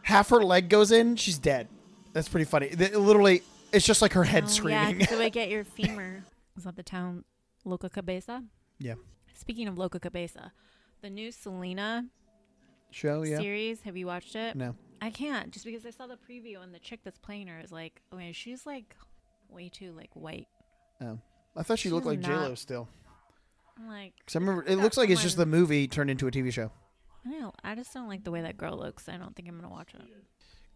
half her leg goes in, she's dead. That's pretty funny. Th- literally, it's just like her head screaming.
Oh, Yeah, so we get your femur. Is that the town Loca Cabeza?
Yeah.
Speaking of Loca Cabeza, the new Selena
Show yeah.
series, have you watched it?
No.
I can't just because I saw the preview and the chick that's playing her is like, okay, she's like way too like white.
Oh. I thought she looked
She's
like J Lo
not-
still.
I'm like,
Cause I remember it
Not
looks like it's just the
someone-
movie turned into a TV show.
I don't know, I just don't like the way that girl looks. I don't think I'm gonna watch it.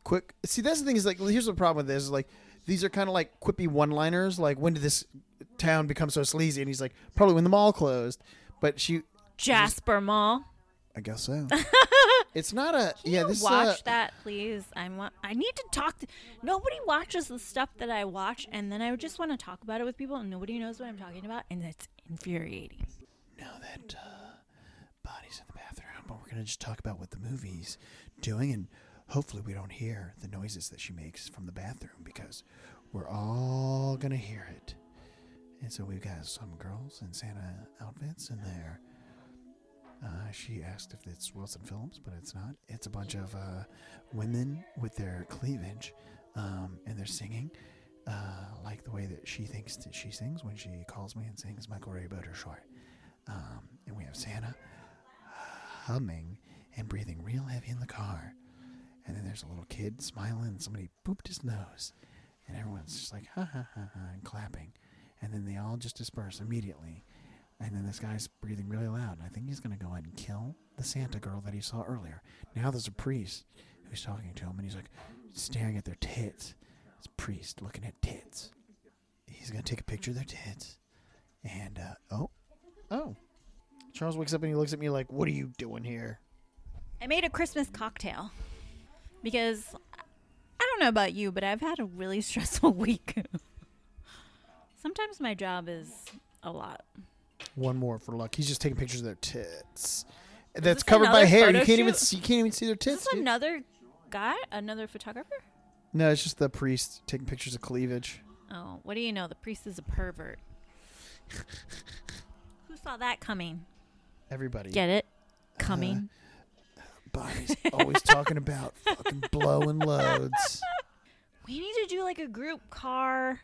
quick. See, that's the thing is like, here's the problem with this is like, these are kind of like quippy one-liners. Like, when did this town become so sleazy? And he's like, probably when the mall closed. But she,
Jasper Mall.
I guess so. it's not a
Can
yeah.
you
This
watch
uh,
that, please. I want. I need to talk. To, nobody watches the stuff that I watch, and then I just want to talk about it with people, and nobody knows what I'm talking about, and that's infuriating.
Now that uh, body's in the bathroom, but we're gonna just talk about what the movie's doing, and hopefully we don't hear the noises that she makes from the bathroom because we're all gonna hear it. And so we've got some girls in Santa outfits, and they're. Uh, she asked if it's Wilson Phillips, but it's not. It's a bunch of uh, women with their cleavage, um, and they're singing. Uh, like the way that she thinks that she sings when she calls me and sings Michael Ray Buttershort. Um, and we have Santa humming and breathing real heavy in the car. And then there's a little kid smiling, and somebody pooped his nose. And everyone's just like, ha ha ha ha, and clapping. And then they all just disperse immediately. And then this guy's breathing really loud. And I think he's going to go ahead and kill the Santa girl that he saw earlier. Now there's a priest who's talking to him, and he's like staring at their tits. It's a priest looking at tits. He's going to take a picture of their tits. And, uh, oh, Oh. Charles wakes up and he looks at me like, "What are you doing here?"
I made a Christmas cocktail.
because I don't know about you, but I've had a really stressful week.
Sometimes my job is a lot.
One more for luck. He's just taking pictures of their tits. That's
this
covered by
another
hair. You
photo
can't even
shoot?
see, you can't even see their
Is
tits.
this
dude.
another guy? Another photographer?
No, it's just the priest taking pictures of cleavage.
Oh, what do you know? The priest is a pervert. Who saw that coming?
Everybody.
Get it?
Uh-huh.
Coming.
Bobby's always talking about fucking blowing loads.
we need to do like a group car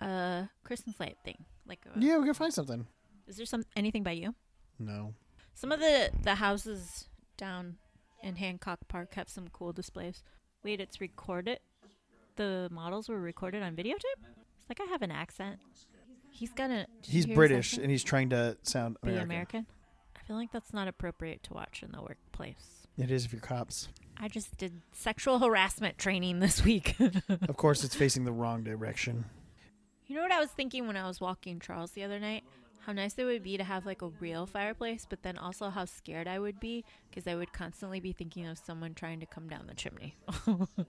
uh Christmas light thing. Like a,
Yeah, we gotta find something.
is there some anything by you?
No.
Some of the the houses down in Hancock Park have some cool displays. Wait, it's recorded. The models were recorded on videotape? It's like I have an accent. He's got a did you
He's
hear his
British
accent?
and he's trying to sound
be
American.
American. I feel like that's not appropriate to watch in the workplace.
It is if you're cops.
I just did sexual harassment training this week.
Of course, it's facing the wrong direction.
You know what I was thinking when I was walking Charles the other night? How nice it would be to have like a real fireplace, but then also how scared I would be because I would constantly be thinking of someone trying to come down the chimney.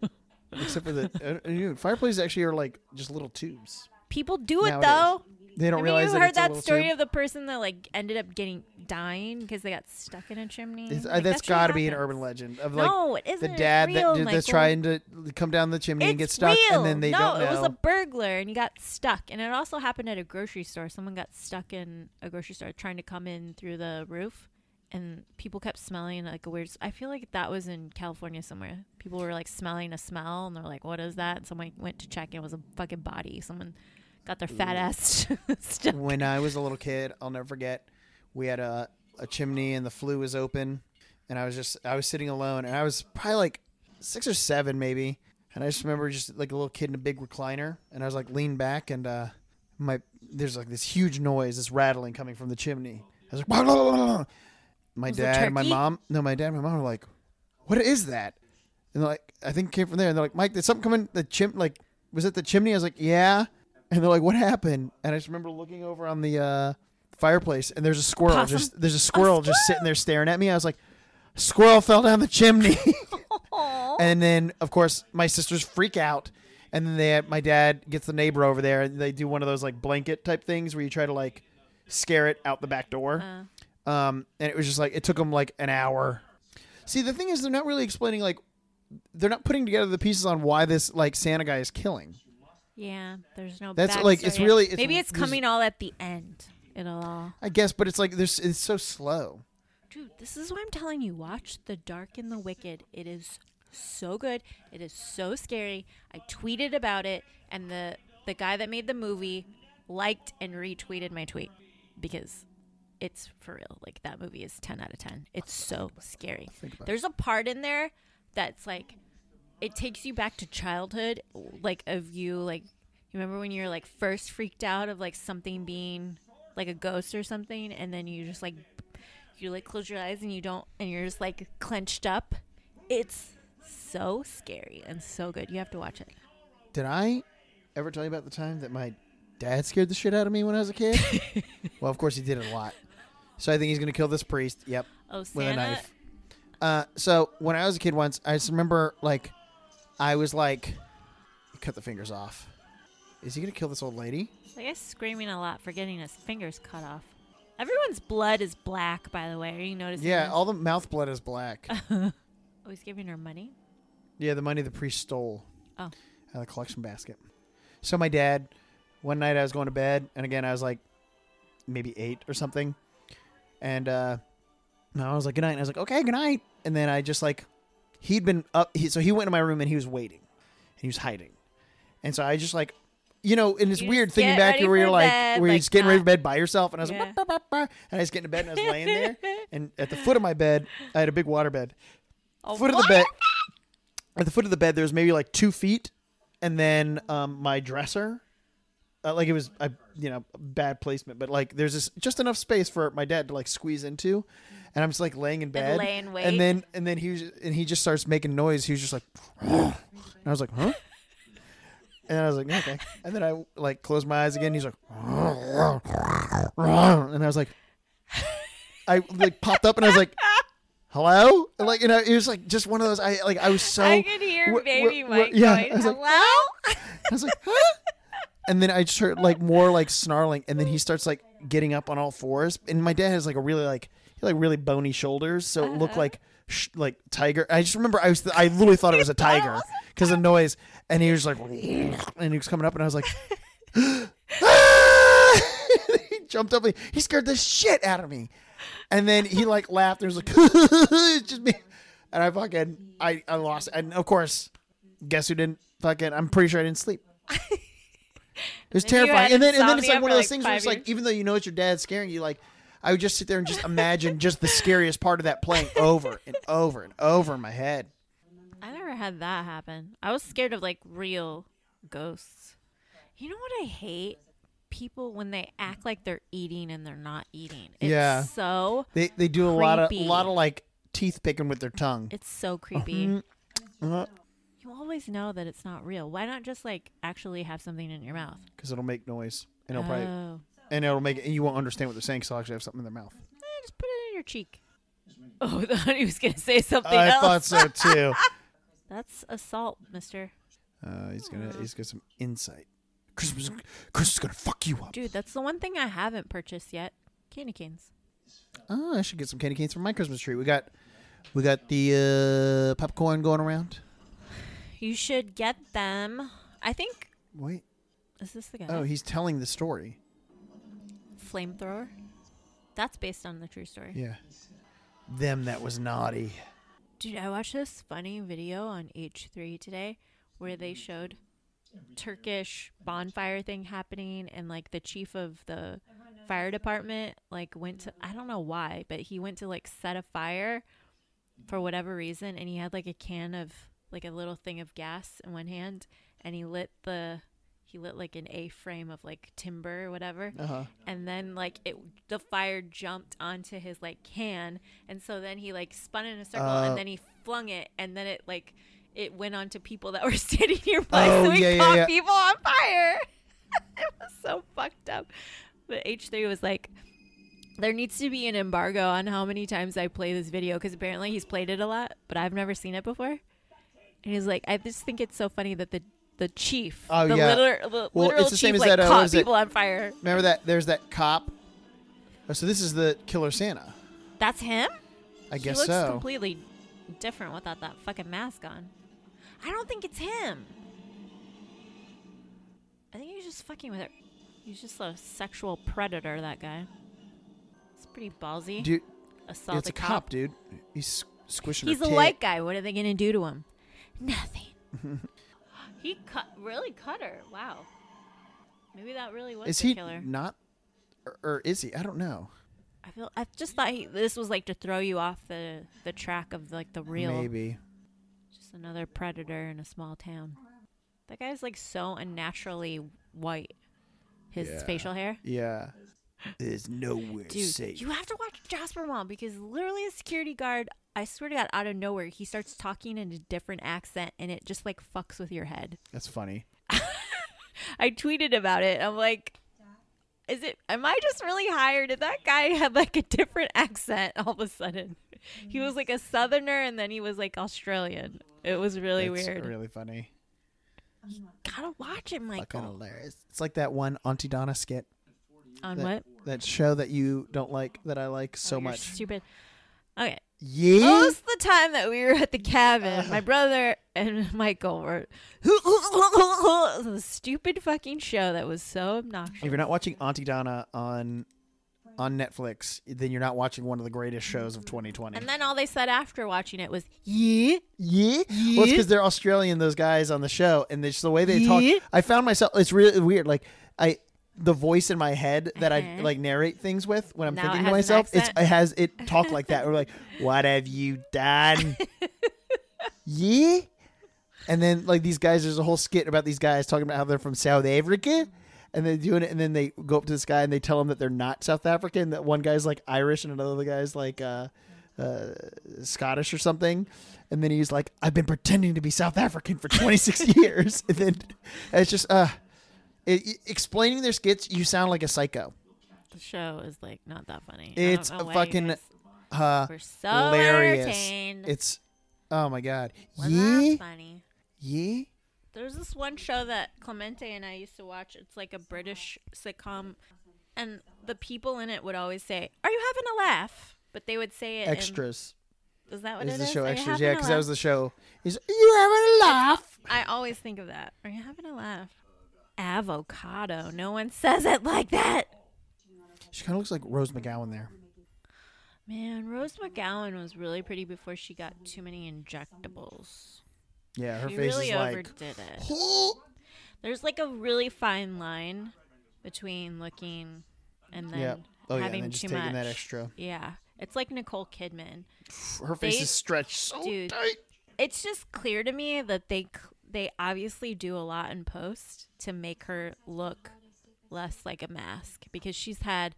Except for the uh, uh, fireplaces actually are like just little tubes.
People do it
Nowadays.
though.
They don't
Have
realize
you
that
heard
it's a
that
little
story
tube.
of the person that like ended up getting dying because they got stuck in a chimney?
It's, uh,
Mm, Like,
that's
that shit
got to be an
happens.
urban legend of like
no, it isn't.
the
It's
dad
real,
that did that's
Michael.
trying to come down the chimney and get
It's
stuck,
real.
and then they
no,
don't know.
it was a burglar, and he got stuck. And it also happened at a grocery store. Someone got stuck in a grocery store trying to come in through the roof, and people kept smelling like a weird. I feel like that was in California somewhere. People were like smelling a smell, and they're like, "What is that?" And someone went to check, and it was a fucking body. Someone got their fat ass stuck.
when I was a little kid, I'll never forget. We had a a chimney and the flue was open, and I was just I was sitting alone, and I was probably like six or seven maybe, and I just remember just like a little kid in a big recliner, and I was like leaned back, and uh, my there's like this huge noise, this rattling coming from the chimney. I was like, "Blah, blah, blah, blah, blah." my
Was it
dad and my
turkey?
mom, no, my dad and my mom were like, what is that? And they're like, I think it came from there. And they're like, Mike, did something come in the chim? Like, was it the chimney? I was like, yeah. And they're like, what happened? And I just remember looking over on the uh, fireplace, and there's a squirrel.
Possum?
Just there's a squirrel, just sitting there staring at me. I was like, squirrel fell down the chimney. and then, of course, my sisters freak out. And then they, my dad gets the neighbor over there, and they do one of those like blanket type things where you try to like scare it out the back door.
Uh,
Um, and it was just like it took them like an hour. See, the thing is, they're not really explaining like they're not putting together the pieces on why this like Santa guy is killing.
Yeah, there's no.
That's, like, it's
backstory.
really- it's-
maybe it's
there's-
coming all at the end. It'll all.
I guess, but it's like there's it's so slow.
Dude, this is why I'm telling you. Watch The Dark and the Wicked. It is so good. It is so scary. I tweeted about it, and the the guy that made the movie liked and retweeted my tweet because it's for real. Like that movie is 10 out of 10. It's so scary. There's a part in there that's like it takes you back to childhood, like of you like you remember when you were like first freaked out of like something being like a ghost or something, and then you just like you like close your eyes and you don't and you're just like clenched up. It's so scary and so good. You have to watch it.
Did I ever tell you about the time that my dad scared the shit out of me when I was a kid? well, of course he did it a lot. So I think he's gonna kill this priest. Yep.
Oh,
with
Santa.
a knife. Uh, so when I was a kid once, I just remember like I was like, cut the fingers off. Is he gonna kill this old lady?
That guy's screaming a lot for getting his fingers cut off. Everyone's blood is black, by the way. Are you noticing?
Yeah,
this?
all the mouth blood is black.
Oh, he's giving her money.
yeah, the money the priest stole
Oh.
out of the collection basket. So my dad, one night I was going to bed, and again I was like, maybe eight or something, and uh, and I was like, good night, and I was like, okay, good night, and then I just like, he'd been up, he, so he went to my room and he was waiting, and he was hiding, and so I just like. You know, and it's
You
weird
just
thinking
get
back
ready
to where you're
for
like,
bed,
where you're
like,
just getting ready
not-
for bed by yourself, and I was
Yeah.
like, "Bah, bah, bah, bah," and I just get into bed and I was laying there, and at the foot of my bed, I had a big water bed,
Oh,
foot of the bed at the foot of the bed there's maybe like two feet and then um my dresser uh, like it was I you know bad placement but like there's this just enough space for my dad to like squeeze into and I'm just like laying in bed
lay in wait.
and then and then he was, and he just starts making noise he was just like and I was like huh and I was like okay and then I like closed my eyes again he's like and I was like I like popped up and I was like hello? Like, you know, it was like just one of those. I like, I was so.
I could hear
we're-
baby
we're-
Mike
we're- yeah, I
going,
was like,
"Hello."
I was like, huh? And then I just heard like more like snarling, and then he starts like getting up on all fours. And my dad has like a really like he had, like really bony shoulders, so it
Uh-huh.
looked like sh- like tiger. I just remember I was I literally thought it was a tiger because the noise, and he was like, and he was coming up, and I was like, "Ah!" he jumped up, and he scared the shit out of me, and then he like laughed. and was like, it's just me, and I fucking I I lost, it. and of course guess who didn't fucking I'm pretty sure I didn't sleep. It was
you
terrifying.
had
And then and then it's
insomnia
like one
for,
of those
like,
things where
five
it's like even though you know it's your dad scaring you, like I would just sit there and just imagine just the scariest part of that playing over and over and over in my head.
I never had that happen. I was scared of like real ghosts. You know what I hate? People when they act like they're eating and they're not eating. It's
Yeah.
so
They they do a lot of a
Creepy.
lot of like teeth picking with their tongue.
it's so creepy.
Mm, uh,
You always know that it's not real. Why not just like actually have something in your mouth?
Cause it'll make noise, and it'll probably,
Oh.
and it'll make, and you won't understand what they're saying. Cause they'll actually have something in their mouth.
Eh, just put it in your cheek. Oh, I thought he was gonna say something
I
else.
thought so too.
That's assault, Mister.
Uh, he's gonna, he's got some insight. Christmas, Christmas is gonna fuck you up.
Dude, that's the one thing I haven't purchased yet. Candy canes.
Oh, I should get some candy canes for my Christmas tree. We got we got the uh, popcorn going around.
You should get them. I think
Wait.
is this the guy?
Oh, he's telling the story.
flamethrower. That's based on the true story.
Yeah. Them that was naughty.
Dude, I watched this funny video on H3 today where they showed Turkish bonfire thing happening and like the chief of the fire department like went to I don't know why, but he went to like set a fire for whatever reason and he had like a can of like a little thing of gas in one hand and he lit the he lit like an A frame of like timber or whatever
Uh-huh.
and then like it the fire jumped onto his like can and so then he like spun in a circle
Uh.
and then he flung it and then it like it went onto people that were standing nearby
Oh,
so he
yeah, yeah,
caught
yeah.
people on fire it was so fucked up but h3 was like there needs to be an embargo on how many times i play this video because apparently he's played it a lot but i've never seen it before and he's like i just think it's so funny that the the chief
Oh,
the
yeah.
literal, the
Well,
literal
it's the
chief
same as
like
that, uh, what
caught
is it?
people on fire
Remember that there's that cop. Oh, so this is the killer Santa.
that's him
I guess
he looks
so.
completely different without that fucking mask on. I don't think it's him. I think he's just fucking with her. He's just a sexual predator. That guy. It's pretty ballsy.
dude,
Assault
it's a cop, dude. He's squishing
He's
her
a
tit.
white guy. What are they gonna do to him? Nothing. he cut really cut her. Wow. Maybe that really was
Is
the
he
killer.
not or, or is he? I don't know.
I feel. I just thought he, this was like to throw you off the the track of like the real.
Maybe.
Just another predator in a small town. That guy's like so unnaturally white. His
Yeah.
facial hair.
Yeah. There's nowhere
Dude,
safe.
you have to watch Jasper Mom because literally a security guard, I swear to God, out of nowhere, he starts talking in a different accent and it just like fucks with your head.
That's funny.
I tweeted about it. I'm like, is it, am I just really high or did that guy have like a different accent all of a sudden? He was like a southerner and then he was like Australian. It was really
That's
weird.
Really funny.
Gotta watch it, Michael.
Fucking hilarious. It's like that one Auntie Donna skit.
On
that,
what? Oh,
That show that you don't like that I like so
You're Oh,
much. Mm.
Stupid. Okay.
yeah.
Most of the time that we were at the cabin, my brother and Michael were the stupid fucking show that was so
If
obnoxious.
you're not watching Auntie Donna on on Netflix, then you're not watching one of the greatest shows of 2020.
And then all they said after watching it was, yeah.
yeah. Well, it's because they're Australian, those guys on the show, and it's the way they
Yeah.
talk. I found myself. It's really weird. Like I. The voice in my head that I
Uh-huh.
like narrate things with when I'm
Now
thinking
it
to
has an
myself, it's,
accent.
it has it talk like that. We're like, "What have you done?" yeah. And then like these guys, there's a whole skit about these guys talking about how they're from South Africa, and they're doing it, and then they go up to this guy and they tell him that they're not South African. That one guy's like Irish and another guy's like uh, uh, Scottish or something. And then he's like, "I've been pretending to be South African for 26 years," and then and it's just uh, it, it- explaining their skits. You sound like a psycho.
The show is like not that funny. I don't
It's
know
a
why you
fucking
guys-
Uh,
We're so
hilarious.
entertained.
It's oh my god.
Wasn't
Yeah,
that funny?
yeah.
There's this one show that Clemente and I used to watch. It's like a British sitcom, and the people in it would always say, "Are you having a laugh?" But they would say it. in-
Extras
is that what
is
it
the
is?
show.
Are you
Extras,
having
yeah,
a
because that
laugh?
was the show. He's you having a laugh?
I always think of that. Are you having a laugh? Avocado. No one says it like that.
She kind of looks like Rose McGowan there.
Man, Rose McGowan was really pretty before she got too many injectables.
Yeah, her
she
face
really
is like.
overdid it. There's like a really fine line between looking and then
Yeah. Oh yeah,
having
and then just
too
taking
much.
that extra.
Yeah. It's like Nicole Kidman.
Her face
They-
is stretched so
dude.
tight.
It's just clear to me that they c- they obviously do a lot in post to make her look less like a mask because she's had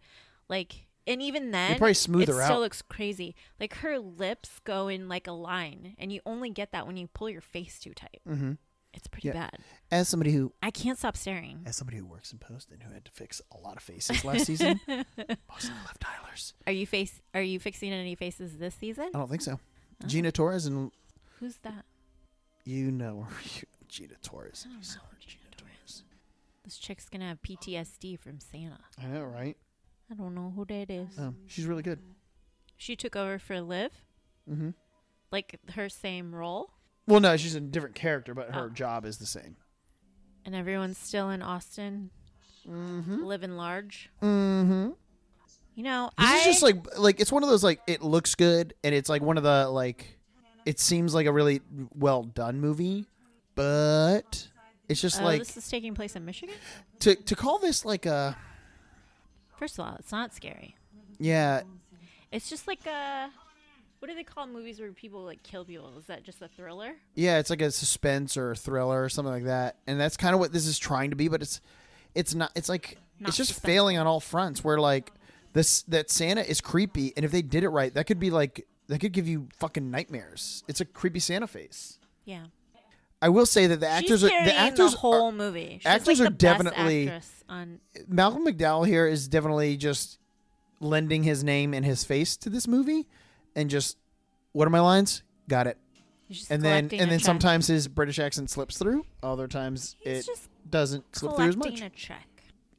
like and even then
probably smooth
it
her out.
still looks crazy. Like her lips go in like a line and you only get that when you pull your face too tight. Mm-hmm. It's pretty
Yeah.
bad.
As somebody who
I can't stop staring.
as somebody who works in post and who had to fix a lot of faces last season, mostly left Tyler's.
Are you face are you fixing any faces this season?
I don't think so.
Uh-huh.
Gina Torres and
Who's that?
you know Gina Torres.
I don't know who Gina Torres. This chick's gonna have PTSD from Santa.
I know, right?
I don't know who that is.
Um, she's really good.
She took over for Liv,
hmm
like her same role,
Well, no, she's a different character, but
Oh.
her job is the same.
and everyone's still in Austin, living large.
Mm-hmm.
You know,
This
I
is just like like it's one of those like it looks good and it's like one of the like it seems like a really well done movie, but it's just
Oh,
like
this is taking place in Michigan.
to to call this like a
First of all, it's not scary.
yeah
It's just like a what do they call movies where people like kill people? Is that just a thriller?
yeah it's like a suspense or a thriller or something like that and that's kind of what this is trying to be but it's it's not it's like
Not
it's just
suspenseful.
failing on all fronts where like this that santa is creepy and if they did it right that could be like that could give you fucking nightmares it's a creepy santa face
Yeah,
i will say that the
she's
actors are
carrying
the actors
the whole
are,
movie. She's
actors
like
are
the best
definitely-
actress on.
malcolm mcdowell here is definitely just lending his name and his face to this movie and just what are my lines got it
she's just
and then
collecting a
and then
check.
sometimes his British accent slips through. Other times
He's
it
just
doesn't slip through as much.
collecting a check.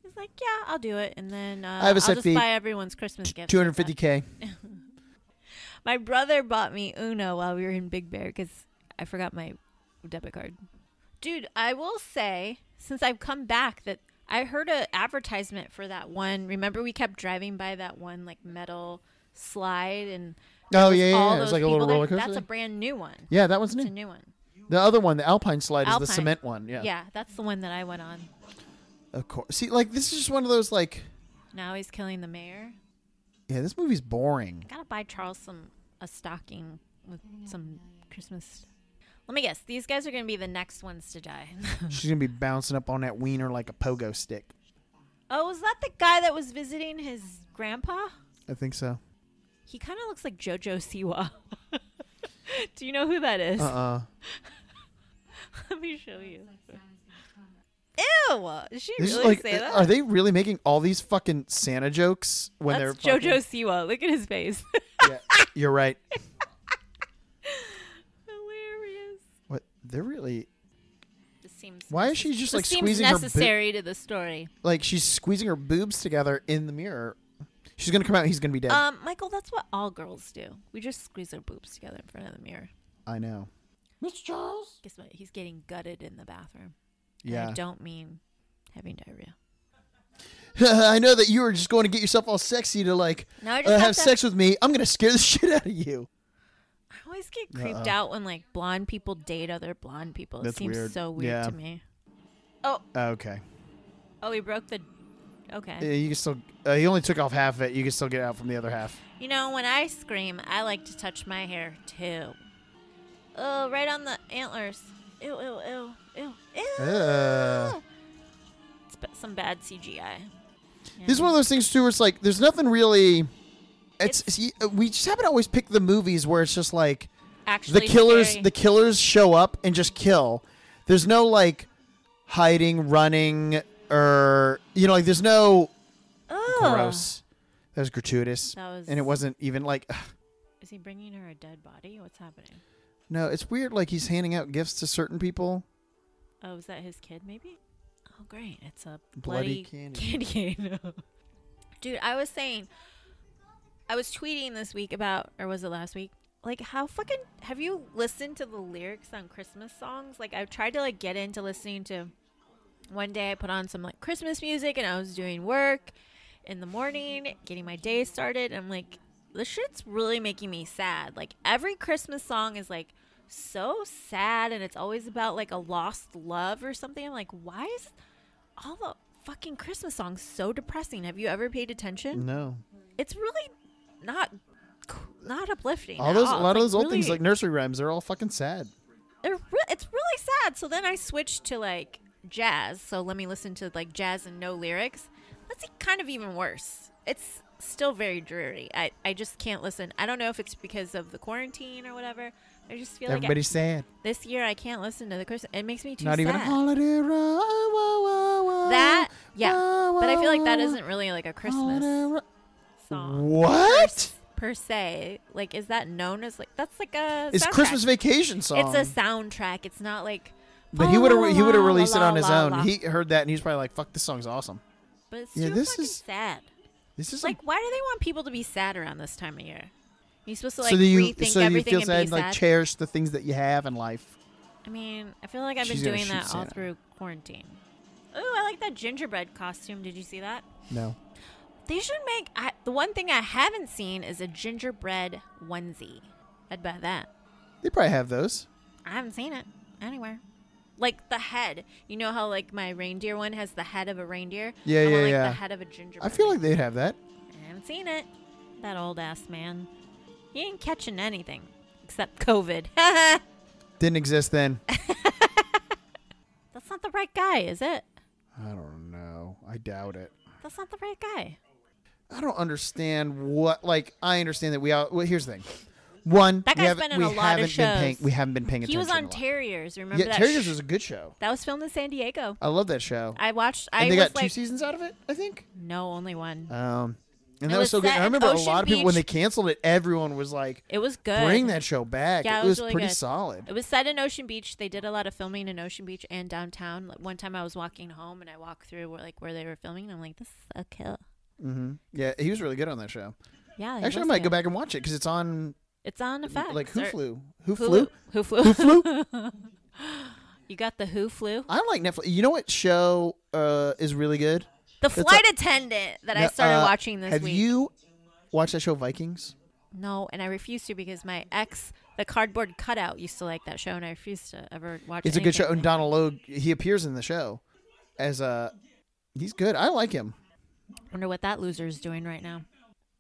He's like, yeah, I'll do it, and then uh,
I have a
will
set
just
fee.
buy everyone's Christmas gift.
Two hundred fifty k.
My brother bought me Uno while we were in Big Bear because I forgot my debit card. Dude, I will say since I've come back that I heard a advertisement for that one. Remember, we kept driving by that one like metal slide and there
Oh,
was
yeah, yeah,
all
yeah. It was
those
like a
people
little
there?
roller coaster
That's a
thing.
brand new one.
Yeah, that one's
It's a
new.
new one.
The other one, the Alpine slide, is
Alpine.
the cement one. Yeah.
yeah, that's the one that I went on.
Of course. See, like this is just one of those like,
Now he's killing the mayor.
yeah, this movie's boring.
Gotta buy Charles some a stocking with some Christmas. Let me guess. These guys are gonna be the next ones to die.
She's gonna be bouncing up on that wiener like a pogo stick.
oh, was that the guy that was visiting his grandpa?
I think so.
He kind of looks like JoJo Siwa. Do you know who that is?
Uh uh
Let me show you. Ew! Did she
This
really
is like, uh,
say that?
are they really making all these fucking Santa jokes when
That's
they're
JoJo Siwa. Look at his face.
fucking- yeah, you're right.
Hilarious.
What they're really?
This seems.
Why is she just like
this seems
squeezing her? boo-
necessary to the story.
like she's squeezing her boobs together in the mirror. She's gonna come out. He's gonna be dead.
Um, Michael, that's what all girls do. We just squeeze our boobs together in front of the mirror.
I know. Mr. Charles.
Guess what? He's getting gutted in the bathroom. And I
Yeah,
don't mean having diarrhea.
I, know that you were just going to get yourself all sexy to like
No, I just
uh,
have
have
to-
sex with me. I'm gonna scare the shit out of you.
I always get creeped out when like blonde people date other blonde people. It
That's
seems
weird.
so weird
Yeah.
to me. Oh,
Okay,
oh, he broke the. Okay.
Uh, you can still. Uh, he only took off half of it. You can still get out from the other half.
You know, when I scream, I like to touch my hair too. Oh, right on the antlers. Ew, ew, ew, ew, ew.
Uh.
It's b- some bad CGI.
This is one of those things too, where it's like there's nothing really. It's, see, uh, we just haven't always picked the movies where it's just like the
Actually,
killers
scary.
the killers show up and just kill there's no like hiding running or you know like there's no
Ugh.
Oh. gross that was gratuitous
That was-
and it wasn't even like ugh,
Is he bringing her a dead body? What's happening?
No, it's weird. Like he's handing out gifts to certain people.
Oh, is that his kid? Maybe. Oh, great! It's a bloody,
Bloody candy.
candy cane. Dude, I was saying, I was tweeting this week about, or was it last week? Like, how fucking have you listened to the lyrics on Christmas songs? Like, I've tried to like get into listening to. One day, I put on some like Christmas music, and I was doing work in the morning, getting my day started. And I'm like, this shit's really making me sad. Like every Christmas song is like so sad and it's always about like a lost love or something. I'm like, why is all the fucking Christmas songs so depressing? Have you ever paid attention?
No,
It's really not not uplifting.
all
at
those
all.
a lot of
It's,
those old things
really-
like nursery rhymes. They're all fucking sad.
they're re- it's really sad. So then I switched to like jazz. So let me listen to like jazz and no lyrics. That's e-, kind of even worse. It's still very dreary. I, I just can't listen. I don't know if it's because of the quarantine or whatever. I just feel like I-
Everybody's sad.
this year I can't listen to the Christmas. It makes me too
Not
sad.
even a holiday. Row, wow, wow, wow.
that yeah,
Wow,
but I feel
wow,
like that
wow.
isn't really like a
Holiday
Christmas
row-
song
What
per se. Like, is that known as like that's like a
is
soundtrack.
Christmas Vacation song?
It's a soundtrack. It's not like.
but he would
"Fa la
have he
la
would have
la
released it
la
on his
la
own.
la."
He heard that and he's probably like, "Fuck, this song's awesome.
But it's
Yeah,
too
this
fucking
is-
sad.
This is
Like, why do they want people to be sad around this time of year? You're supposed to like
so that you
rethink
so you
everything
feel
and
sad
be
and like
sad.
cherish the things that you have in life.
I mean, I feel like I've
She's
been
gonna
doing
shoot
that all
Santa.
through quarantine. Ooh, I like that gingerbread costume. Did you see that?
No,
They should make I, the one thing I haven't seen is a gingerbread onesie. I'd buy that.
they probably have those.
I haven't seen it anywhere. Like the head. You know how like my reindeer one has the head of a reindeer.
Yeah,
I
yeah,
want, like,
yeah.
The head of a gingerbread.
I feel
man.
like they'd have that.
I haven't seen it. That old ass man. He ain't catching anything except COVID. That's
Didn't exist then.
not the right guy, is it?
I don't know. I doubt it.
That's not the right guy.
I don't understand what. Like, I understand that we all. Well, here's the thing. One,
That
we
guy's
haven't-
been in
we
a lot of
haven't been paying-
shows.
we haven't been paying
He
attention.
was on
a lot.
Terriers. Remember
Yeah,
that?
Terriers
sh-
was a good show.
that was filmed in San Diego.
I love that show.
I watched. I
and they
was
got two
like,
seasons out of it, I think.
no, only one.
Um, and
It
that was
was
so good.
set
I
in
remember a
Ocean
lot of people when they
Beach.
canceled it. Everyone was like,
it was good.
"Bring that show back."
Yeah, it
it, was,
was really
pretty
good.
solid.
It was set in Ocean Beach. They did a lot of filming in Ocean Beach and downtown. Like, one time I was walking home and I walked through where like where they were filming and I'm like, this is a kill.
hmm Yeah, he was really good on that show.
Oh, Yeah.
Actually, I might go back and watch it because it's on
It's on effect.
like Who Flew. Who
Hulu.
Flew?
Who flew?
Who Flew?
You got the Who flu?
I like Netflix. You know what show uh, is really good?
The
a-
flight attendant that I
No,
started
uh,
watching this
Have
week.
you watched that show Vikings?
No, and I refuse to because my ex, the cardboard cutout, used to like that show, and I refuse to ever watch.
It's a good
anything.
show, and Donald Logue he appears in the show as a. He's good. I like him.
Wonder what that loser is doing right now.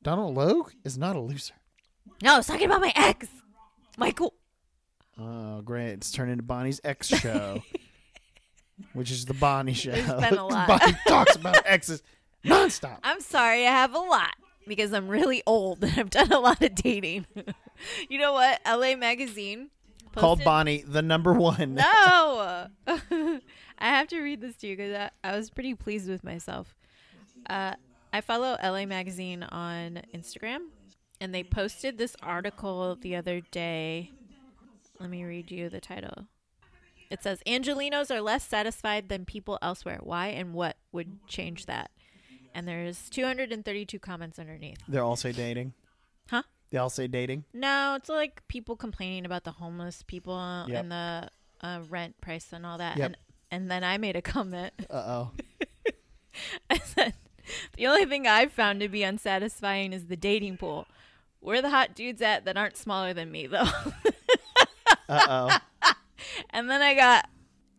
Donald Logue is not a loser.
No, I was talking about my ex, Michael.
Oh, great! It's turned into Bonnie's X show, which is the Bonnie show.
been a lot.
Bonnie talks about exes nonstop.
I'm sorry, I have a lot because I'm really old and I've done a lot of dating. you know what? LA Magazine posted
Called Bonnie the number one.
no. I have to read this to you because I, I was pretty pleased with myself. Uh, I follow LA Magazine on Instagram, and they posted this article the other day. Let me read you the title. It says Angelinos are less satisfied than people elsewhere. Why and what would change that? And there's 232 comments underneath.
They're all say dating.
Huh?
They all say dating.
No, it's like people complaining about the homeless people
Yep.
and the uh, rent price and all that.
Yep.
And, and then I made a comment.
Uh oh.
I said, The only thing I've found to be unsatisfying is the dating pool. Where the hot dudes at that aren't smaller than me, though?
Uh oh.
and then I got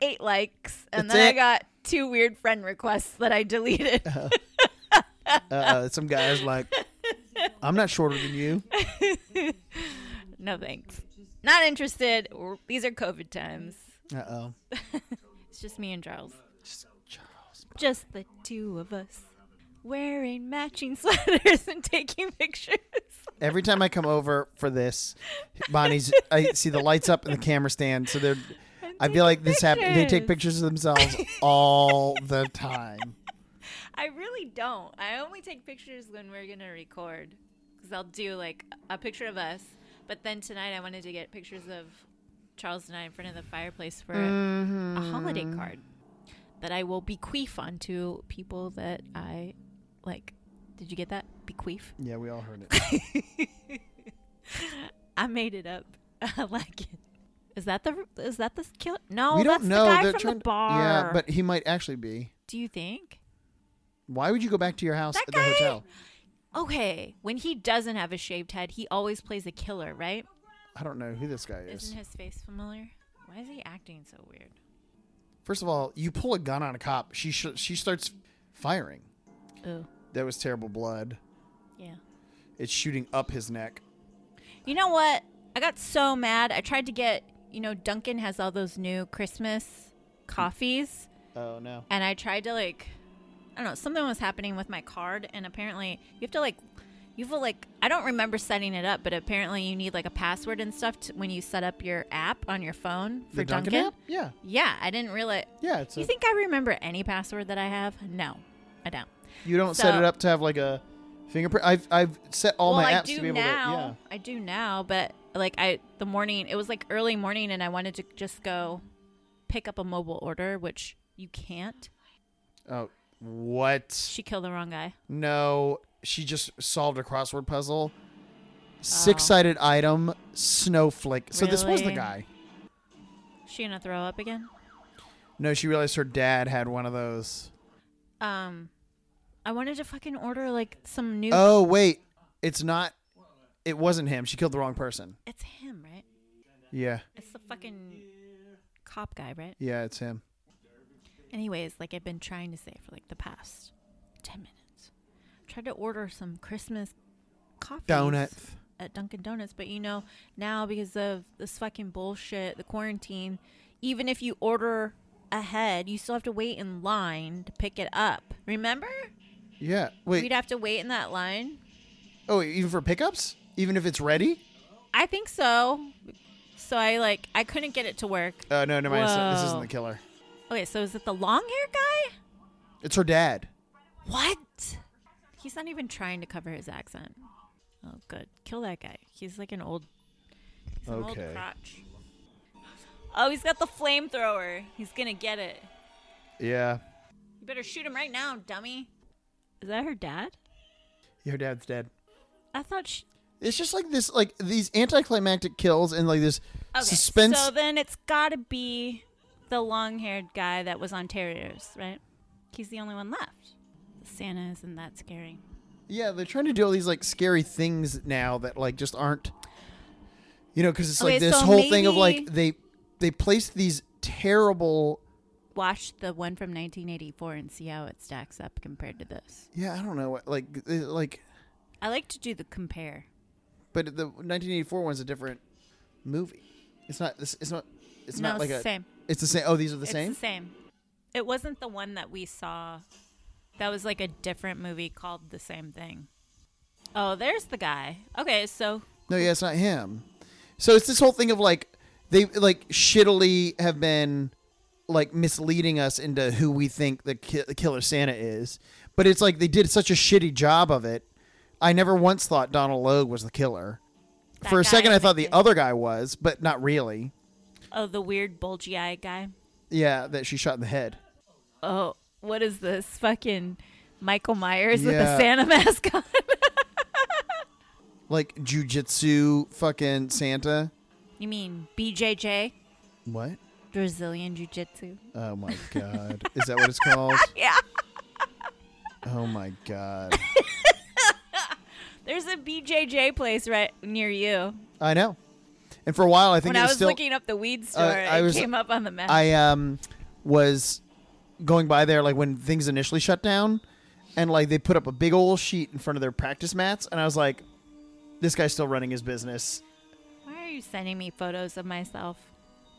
eight likes, and
That's
then I
it.
got two weird friend requests that I deleted.
Uh oh. Some guys like, I'm not shorter than you.
no thanks. Not interested. We're- These are COVID times.
Uh oh.
It's just me and Charles.
Charles.
Just the two of us wearing matching sweaters and taking pictures.
Every time I come over for this, Bonnie's. I see the lights up and the camera stand. So they're. I feel like this happens. They take pictures of themselves all the time.
I really don't. I only take pictures when we're going to record. 'Cause because I'll do like a picture of us. But then tonight I wanted to get pictures of Charles and I in front of the fireplace for
Mm-hmm.
a holiday card that I will bequeath onto people that I like. Did you get that? Bequeath?
Yeah, we all heard it.
I made it up. I like it. Is that the is that the killer? No,
we
Oh, that's
don't know.
the guy
They're
from
trying
the
to-
bar.
Yeah, but he might actually be.
do you think?
Why would you go back to your house
That
at
guy-
the hotel?
Okay, when he doesn't have a shaved head, he always plays a killer, right?
I don't know who this guy is.
Isn't his face familiar? Why is he acting so weird?
First of all, you pull a gun on a cop. She sh- she starts firing.
Oh,
That was terrible blood.
yeah.
It's shooting up his neck.
You know what? I got so mad. I tried to get, you know, Duncan has all those new Christmas coffees,
Oh no.
and I tried to like, I don't know, something was happening with my card, and apparently you have to like, you have to like, I don't remember setting it up, but apparently you need like a password and stuff to, when you set up your app on your phone for
The Dunkin' app? Yeah.
Yeah, I didn't realize.
Yeah, it's a,
you
you,
think I remember any password that I have? No, I don't.
don't set
so-
it up to have like a fingerprint. I've I've set all
well,
my
I
apps
do
to be able
now.
to yeah.
I do now, but like I the morning it was like early morning and I wanted to just go pick up a mobile order, which you can't.
Oh, what?
She killed the wrong guy.
No, she just solved a crossword puzzle. Six-sided item, snowflake. So this was the
Oh. Really?
guy.
She gonna throw up again?
No, she realized her dad had one of those.
Um I wanted to fucking order like some new
Oh wait, it's not. It wasn't him. She killed the wrong person.
It's him, right?
Yeah,
It's the fucking cop guy, right?
yeah, it's him.
Anyways, like I've been trying to say for like the past 10 minutes. Tried to order some Christmas coffee
Donuts.
at Dunkin' Donuts, but you know, now because of this fucking bullshit, the quarantine, even if you order ahead, you still have to wait in line to pick it up. Remember?
Yeah. Wait.
We'd have to wait in that line.
Oh, wait, even for pickups? Even if it's ready?
I think so. So I like I couldn't get it to work.
Oh no, no, mind. it's not- This isn't
Whoa.
the killer.
Okay, so is it the long hair guy?
It's her dad.
What? He's not even trying to cover his accent. Oh, good. Kill that guy. He's like an old. He's an
Okay.
old crotch. Oh, he's got the flamethrower. He's gonna get it.
Yeah.
You better shoot him right now, dummy. Is that her dad?
Your dad's dead.
I thought she.
It's just like this, like these anticlimactic kills and like this
Okay,
suspense.
so then it's gotta be the long-haired guy that was on Terriers, right? He's the only one left. Santa isn't that scary.
yeah, they're trying to do all these like scary things now that like just aren't, you know, because it's like
Okay,
this
so
whole thing of like
maybe-
they they place these terrible.
Watch the one from 1984 and see how it stacks up compared to this.
Yeah, I don't know, what like they- like,
I like to do the compare.
but the 1984 one's a different movie. It's not. It's, it's not. It's
no,
not like
it's
a.
the same.
It's the same. Oh, these are the
it's
same.
the same. It wasn't the one that we saw. That was like a different movie called the same thing. Oh, there's the guy. Okay, so
No, yeah, it's not him. So it's this whole thing of like they like shittily have been like misleading us into who we think the, ki- the killer Santa is, but it's like they did such a shitty job of it. I never once thought Donald Logue was the killer.
That
For a
guy
second, I
was
thought
the
the
kid.
other guy was, but not really.
oh, the weird bulgy eyed guy.
Yeah, that she shot in the head.
Oh, what is this fucking Michael Myers with
Yeah.
a Santa mask on?
Like jujitsu fucking Santa.
you mean BJJ,
What?
Brazilian Jiu Jitsu?
Oh my god. Is that what it's called?
Yeah.
Oh my god.
There's a BJJ place right near you.
I know. And for a while, I think
When
it
I
was
was
still. Uh,
looking up the weed store,
I
it
was-
came up on the map.
I um was going by there like when things initially shut down, and like they put up a big old sheet in front of their practice mats, and I was like, "This guy's still running his business."
Why are you sending me photos of myself?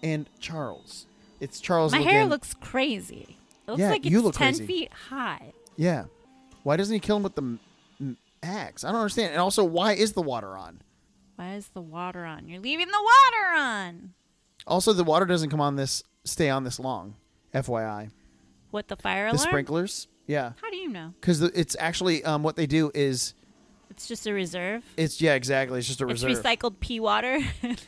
And Charles, it's Charles.
My hair
Lagin-
looks crazy. It looks
Yeah,
like it's
you look
10
crazy.
feet high.
Yeah. Why doesn't he kill him with the m- m- axe? I don't understand. And also, why is the water on?
Why is the water on? You're leaving the water on.
Also, the water doesn't come on this stay on this long. FYI,
What, the fire
the
alarm?
sprinklers. Yeah.
How do you know?
because it's actually um, what they do is
It's just a reserve.
It's yeah, exactly. It's just a reserve.
It's recycled pea water.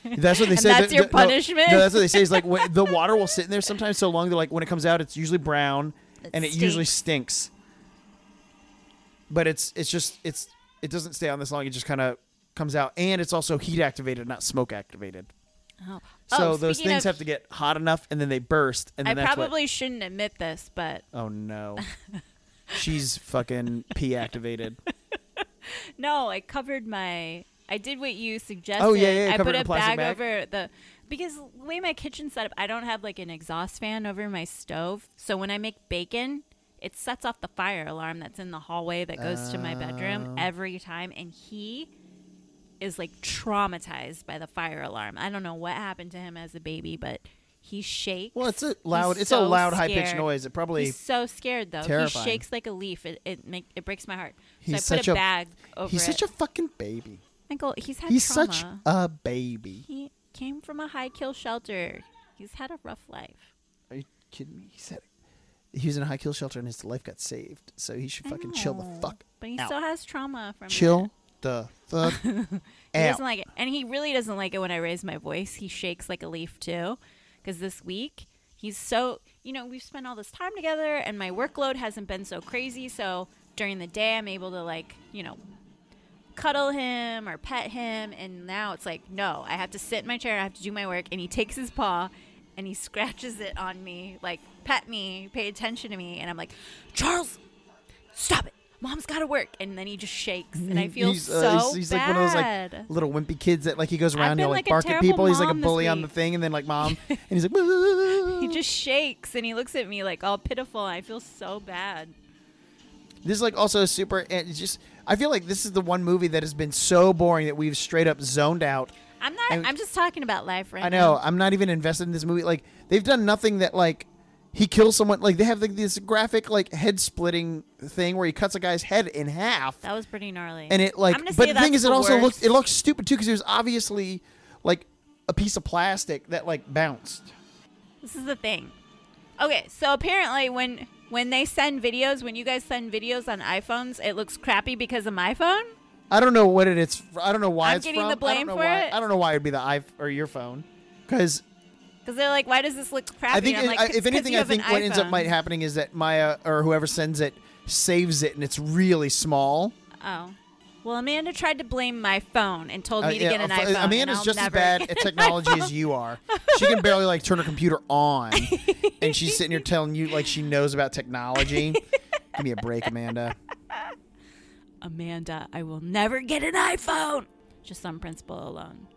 That's what they
And
say.
that's
The-
your
the- no,
punishment?
No, that's what they say. Is like when, the water will sit in there sometimes so long. They're like when it comes out, it's usually brown,
It
and it usually stinks. But it's it's just it's it doesn't stay on this long. It just kind of comes out, and it's also heat activated, not smoke activated.
oh.
So
Oh,
those
speaking
things
of-
have to get hot enough, and then they burst, and
I
then that's what-
probably shouldn't admit this, but
Oh no, she's fucking pee activated.
no, I covered my. I did what you suggested.
Oh, yeah, yeah,
I
covered
put
in
a
a
bag,
plastic bag.
over the because the way my kitchen's set up, I don't have like an exhaust fan over my stove. So when I make bacon, it sets off the fire alarm that's in the hallway that goes to my
Oh.
bedroom every time, and he is like traumatized by the fire alarm. I don't know what happened to him as a baby, but he shakes.
Well, it's a loud.
He's
it's a
so
loud, high pitched
scared.
noise. It probably
He's so scared though.
terrifying.
He shakes like a leaf. It it make, it breaks my heart. So
He's
I put
such
a,
a-
bag over
he's
it.
such a fucking baby.
Michael, he's had
He's
trauma.
such a baby.
He came from a high kill shelter. He's had a rough life.
Are you kidding me? He said he was in a high kill shelter and his life got saved, so he should
I
fucking chill the
know,
fuck
But he
out.
still has trauma from
chill the fuck
It. He
out.
doesn't like it, and he really doesn't like it when I raise my voice. He shakes like a leaf too, because this week he's so you know we've spent all this time together, and my workload hasn't been so crazy. So during the day, I'm able to like you know cuddle him or pet him and now it's like no i have to sit in my chair i have to do my work and he takes his paw and he scratches it on me like pet me pay attention to me and i'm like charles stop it mom's gotta work and then he just shakes and i feel
he's,
so
uh, he's, he's like
bad
one of those like little wimpy kids that like he goes around and
been
he'll
like
like
a
bark at
terrible
people. He's like a
mom this
bully on the
week.
thing, and then like mom, and he's like,
he
"Woo."
just shakes and he looks at me like all pitiful i feel so bad
this is like also super. and It's just I feel like this is the one movie that has been so boring that we've straight up zoned out.
i'm not
And-
i'm just talking about life right
I know.
now
I'm not even invested in this movie. Like they've done nothing that like he kills someone. Like they have like this graphic like head splitting thing where he cuts a guy's head in half,
that was pretty gnarly
and it like.
I'm gonna
But
say
the thing
that's
is, it
the
also looked
worst.
it looked stupid too because it was obviously like a piece of plastic that like bounced.
This is the thing. Okay, so apparently when when they send videos, when you guys send videos on iPhones, it looks crappy because of my phone.
I don't know what it is. fr- I don't know why
I'm
it's
getting
from.
the
I don't
blame
know
for
why.
it.
I don't know why it'd be the i or your phone, because
Because they're like, why does this look crappy?
I think
And I'm
it-
like,
I-
"It's
if
'cause
anything,
you
I
have an
think what ends up
iPhone."
might happening is that Maya or whoever sends it saves it and it's really small.
Oh. Well, Amanda tried to blame my phone and told me to
Uh, yeah,
get an
uh,
iPhone. and
Amanda's
I'll
just as
never
bad
get
at technology as you are. She can barely like turn her computer on, and she's sitting here telling you like she knows about technology. Give me a break, Amanda.
Amanda, I will never get an iPhone. Just on principle alone.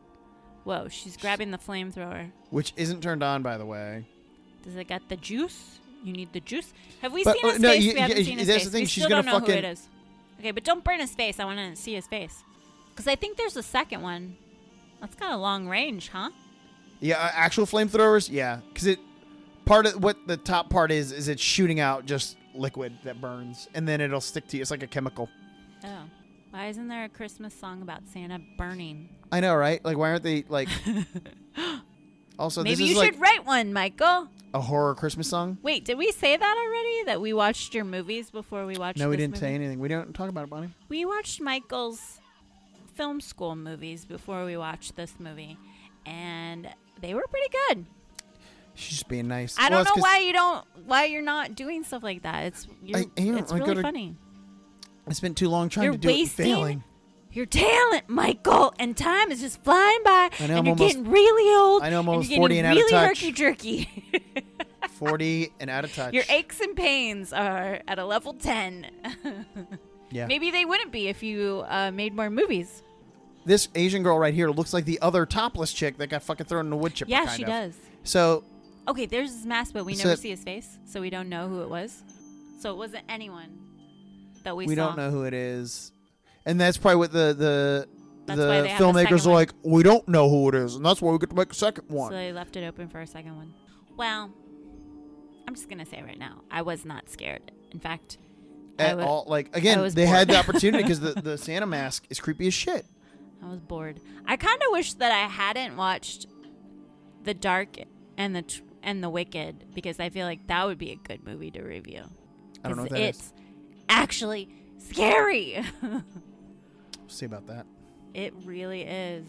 Whoa, she's grabbing the flamethrower.
Which isn't turned on, by the way.
Does it got the juice? You need the juice. Have we
But,
seen
uh,
his
no,
face?
you-
we haven't
yeah,
seen his
that's
face.
the thing,
We
she's
still
gonna
don't know who it
fucking-
is. Okay, but don't burn his face. I want to see his face. Because I think there's a second one. That's got a long range, huh?
Yeah, uh, actual flamethrowers. Yeah, because it part of what the top part is is it's shooting out just liquid that burns, and then it'll stick to you. It's like a chemical.
Oh. Why isn't there a Christmas song about Santa burning?
I know, right? Like, why aren't they like? Also,
Maybe
this
you
is like
should write one, Michael.
a horror Christmas song.
Wait, did we say that already? That we watched your movies before we watched
No, we
this
didn't say
movie?
anything. We don't talk about it, Bonnie.
We watched Michael's film school movies before we watched this movie, and they were pretty good.
She's just being nice.
I
Well,
don't
it's
know
'cause-
why you don't why you're not doing stuff like that. It's you're,
I am.
it's
I
really
gotta-
funny.
I spent too long trying
You're
to do it and
wasting-
failing.
Your talent, Michael, and time is just flying by,
I know,
and
I'm
you're
almost-
getting really old.
I know, I'm almost
and you're
40
getting
and out of
really
touch.
herky jerky.
40 and out of touch.
your aches and pains are at a level ten.
Yeah.
Maybe they wouldn't be if you uh, made more movies.
This Asian girl right here looks like the other topless chick that got fucking thrown in a wood chipper.
yeah,
kind
she
of.
does.
So,
Okay, there's his mask, but we
So-
never see his face, so we don't know who it was. So it wasn't anyone that we,
we,
saw.
don't know who it is. And that's probably what the the
That's why
the
they have the
filmmakers
second
are
one.
like, we don't know who it is, and that's why we get to make a second
So
one.
they left it open for a second one. Well, I'm just gonna say right now, I was not scared. In fact, I
At
wa-
all, like again,
was
they had the
bored.
opportunity because the, the Santa mask is creepy as shit.
I was bored. I kind of wish that I hadn't watched The Dark and the Tr- and the Wicked because I feel like that would be a good movie to review.
I don't know what
'Cause
that is.
it's actually scary.
We'll see about that.
It really is.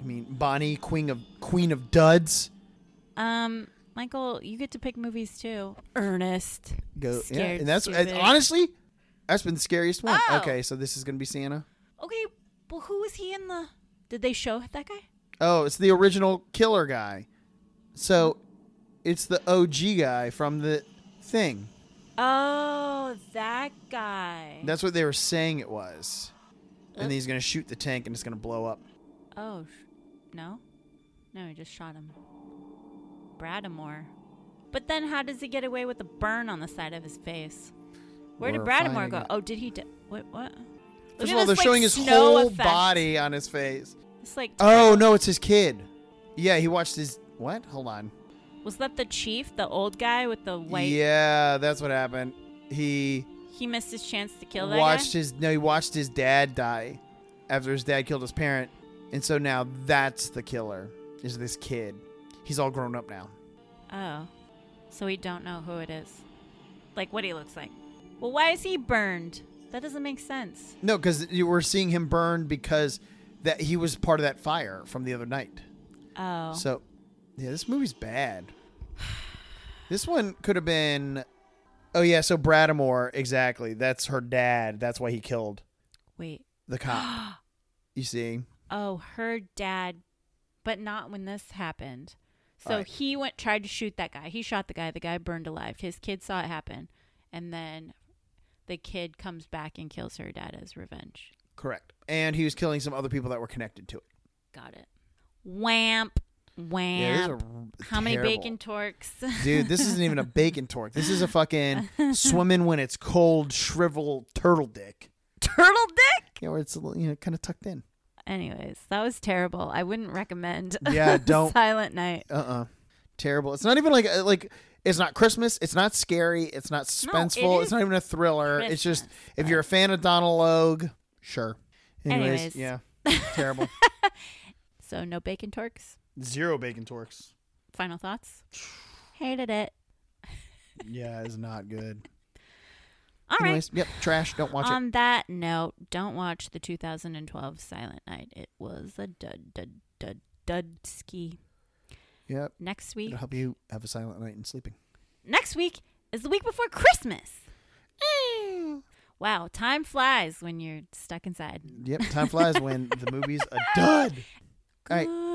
I mean, Bonnie, Queen of Queen of Duds.
Um, Michael, you get to pick movies too. Ernest.
Go.
Scared
yeah, and that's and
stupid.
honestly, that's been the scariest one.
Oh.
Okay, so this is gonna be Santa.
Okay, well, who was he in the? Did they show that guy?
Oh, it's the original killer guy. So, it's the OG guy from the thing.
Oh, that guy.
That's what they were saying it was. And
Oop.
then he's gonna shoot the tank and it's gonna blow up.
Oh, sh- no, no, he just shot him. Bradamore. But then, how does he get away with the burn on the side of his face? Where did
We're
Bradamore
finding
go?
out.
Oh, did he? Di- what? What? Look at
First of all, they're
this, like,
showing his
snow
whole
effect.
body on his face.
It's like,
Oh no, it's his kid. Yeah, he watched his what? Hold on.
was that the chief, the old guy with the white?
Yeah, that's what happened. He
He missed his chance to kill that
watched
guy.
his no, he watched his dad die after his dad killed his parent, and so now that's the killer. Is this kid? He's all grown up now.
Oh, so we don't know who it is, like what he looks like. Well, why is he burned? That doesn't make sense.
No, because you were seeing him burn because that he was part of that fire from the other night.
Oh,
So, yeah, this movie's bad. This one could have been. Oh yeah, so Bradamore exactly. That's her dad. That's why he killed
wait.
the cop. you see?
Oh, her dad, but not when this happened. So
Alright.
he went tried to shoot that guy. He shot the guy. The guy burned alive. His kid saw it happen, and then the kid comes back and kills her dad as revenge.
Correct. And he was killing some other people that were connected to it.
Got it. Whamp, whamp.
Yeah, these are
How many
terrible.
bacon torques?
Dude, this isn't even a bacon torque. This is a fucking swimming when it's cold shrivel turtle dick.
Turtle dick.
Yeah, where it's a little, you know kind of tucked in.
Anyways, that was terrible. I wouldn't recommend.
Yeah, don't-
Silent Night.
Uh uh Terrible. It's not even like uh, like it's not Christmas. It's not scary. It's not suspenseful.
is
it's not even a thriller. It's just if you're a fan of Donald Logue, sure.
Anyways.
yeah, terrible.
So no bacon torques.
Zero bacon torques.
Final thoughts. Hated it.
Yeah, it's not good.
All right. Um,
Anyways, yep, trash. Don't watch it.
On that note, don't watch the 2012 Silent Night. It was a dud, dud, dud, dud ski.
Yep,
Next week,
it'll help you have a silent night and sleeping.
next week is the week before Christmas. Wow, time flies when you're stuck inside.
Yep, time flies when the movie's a dud. All right,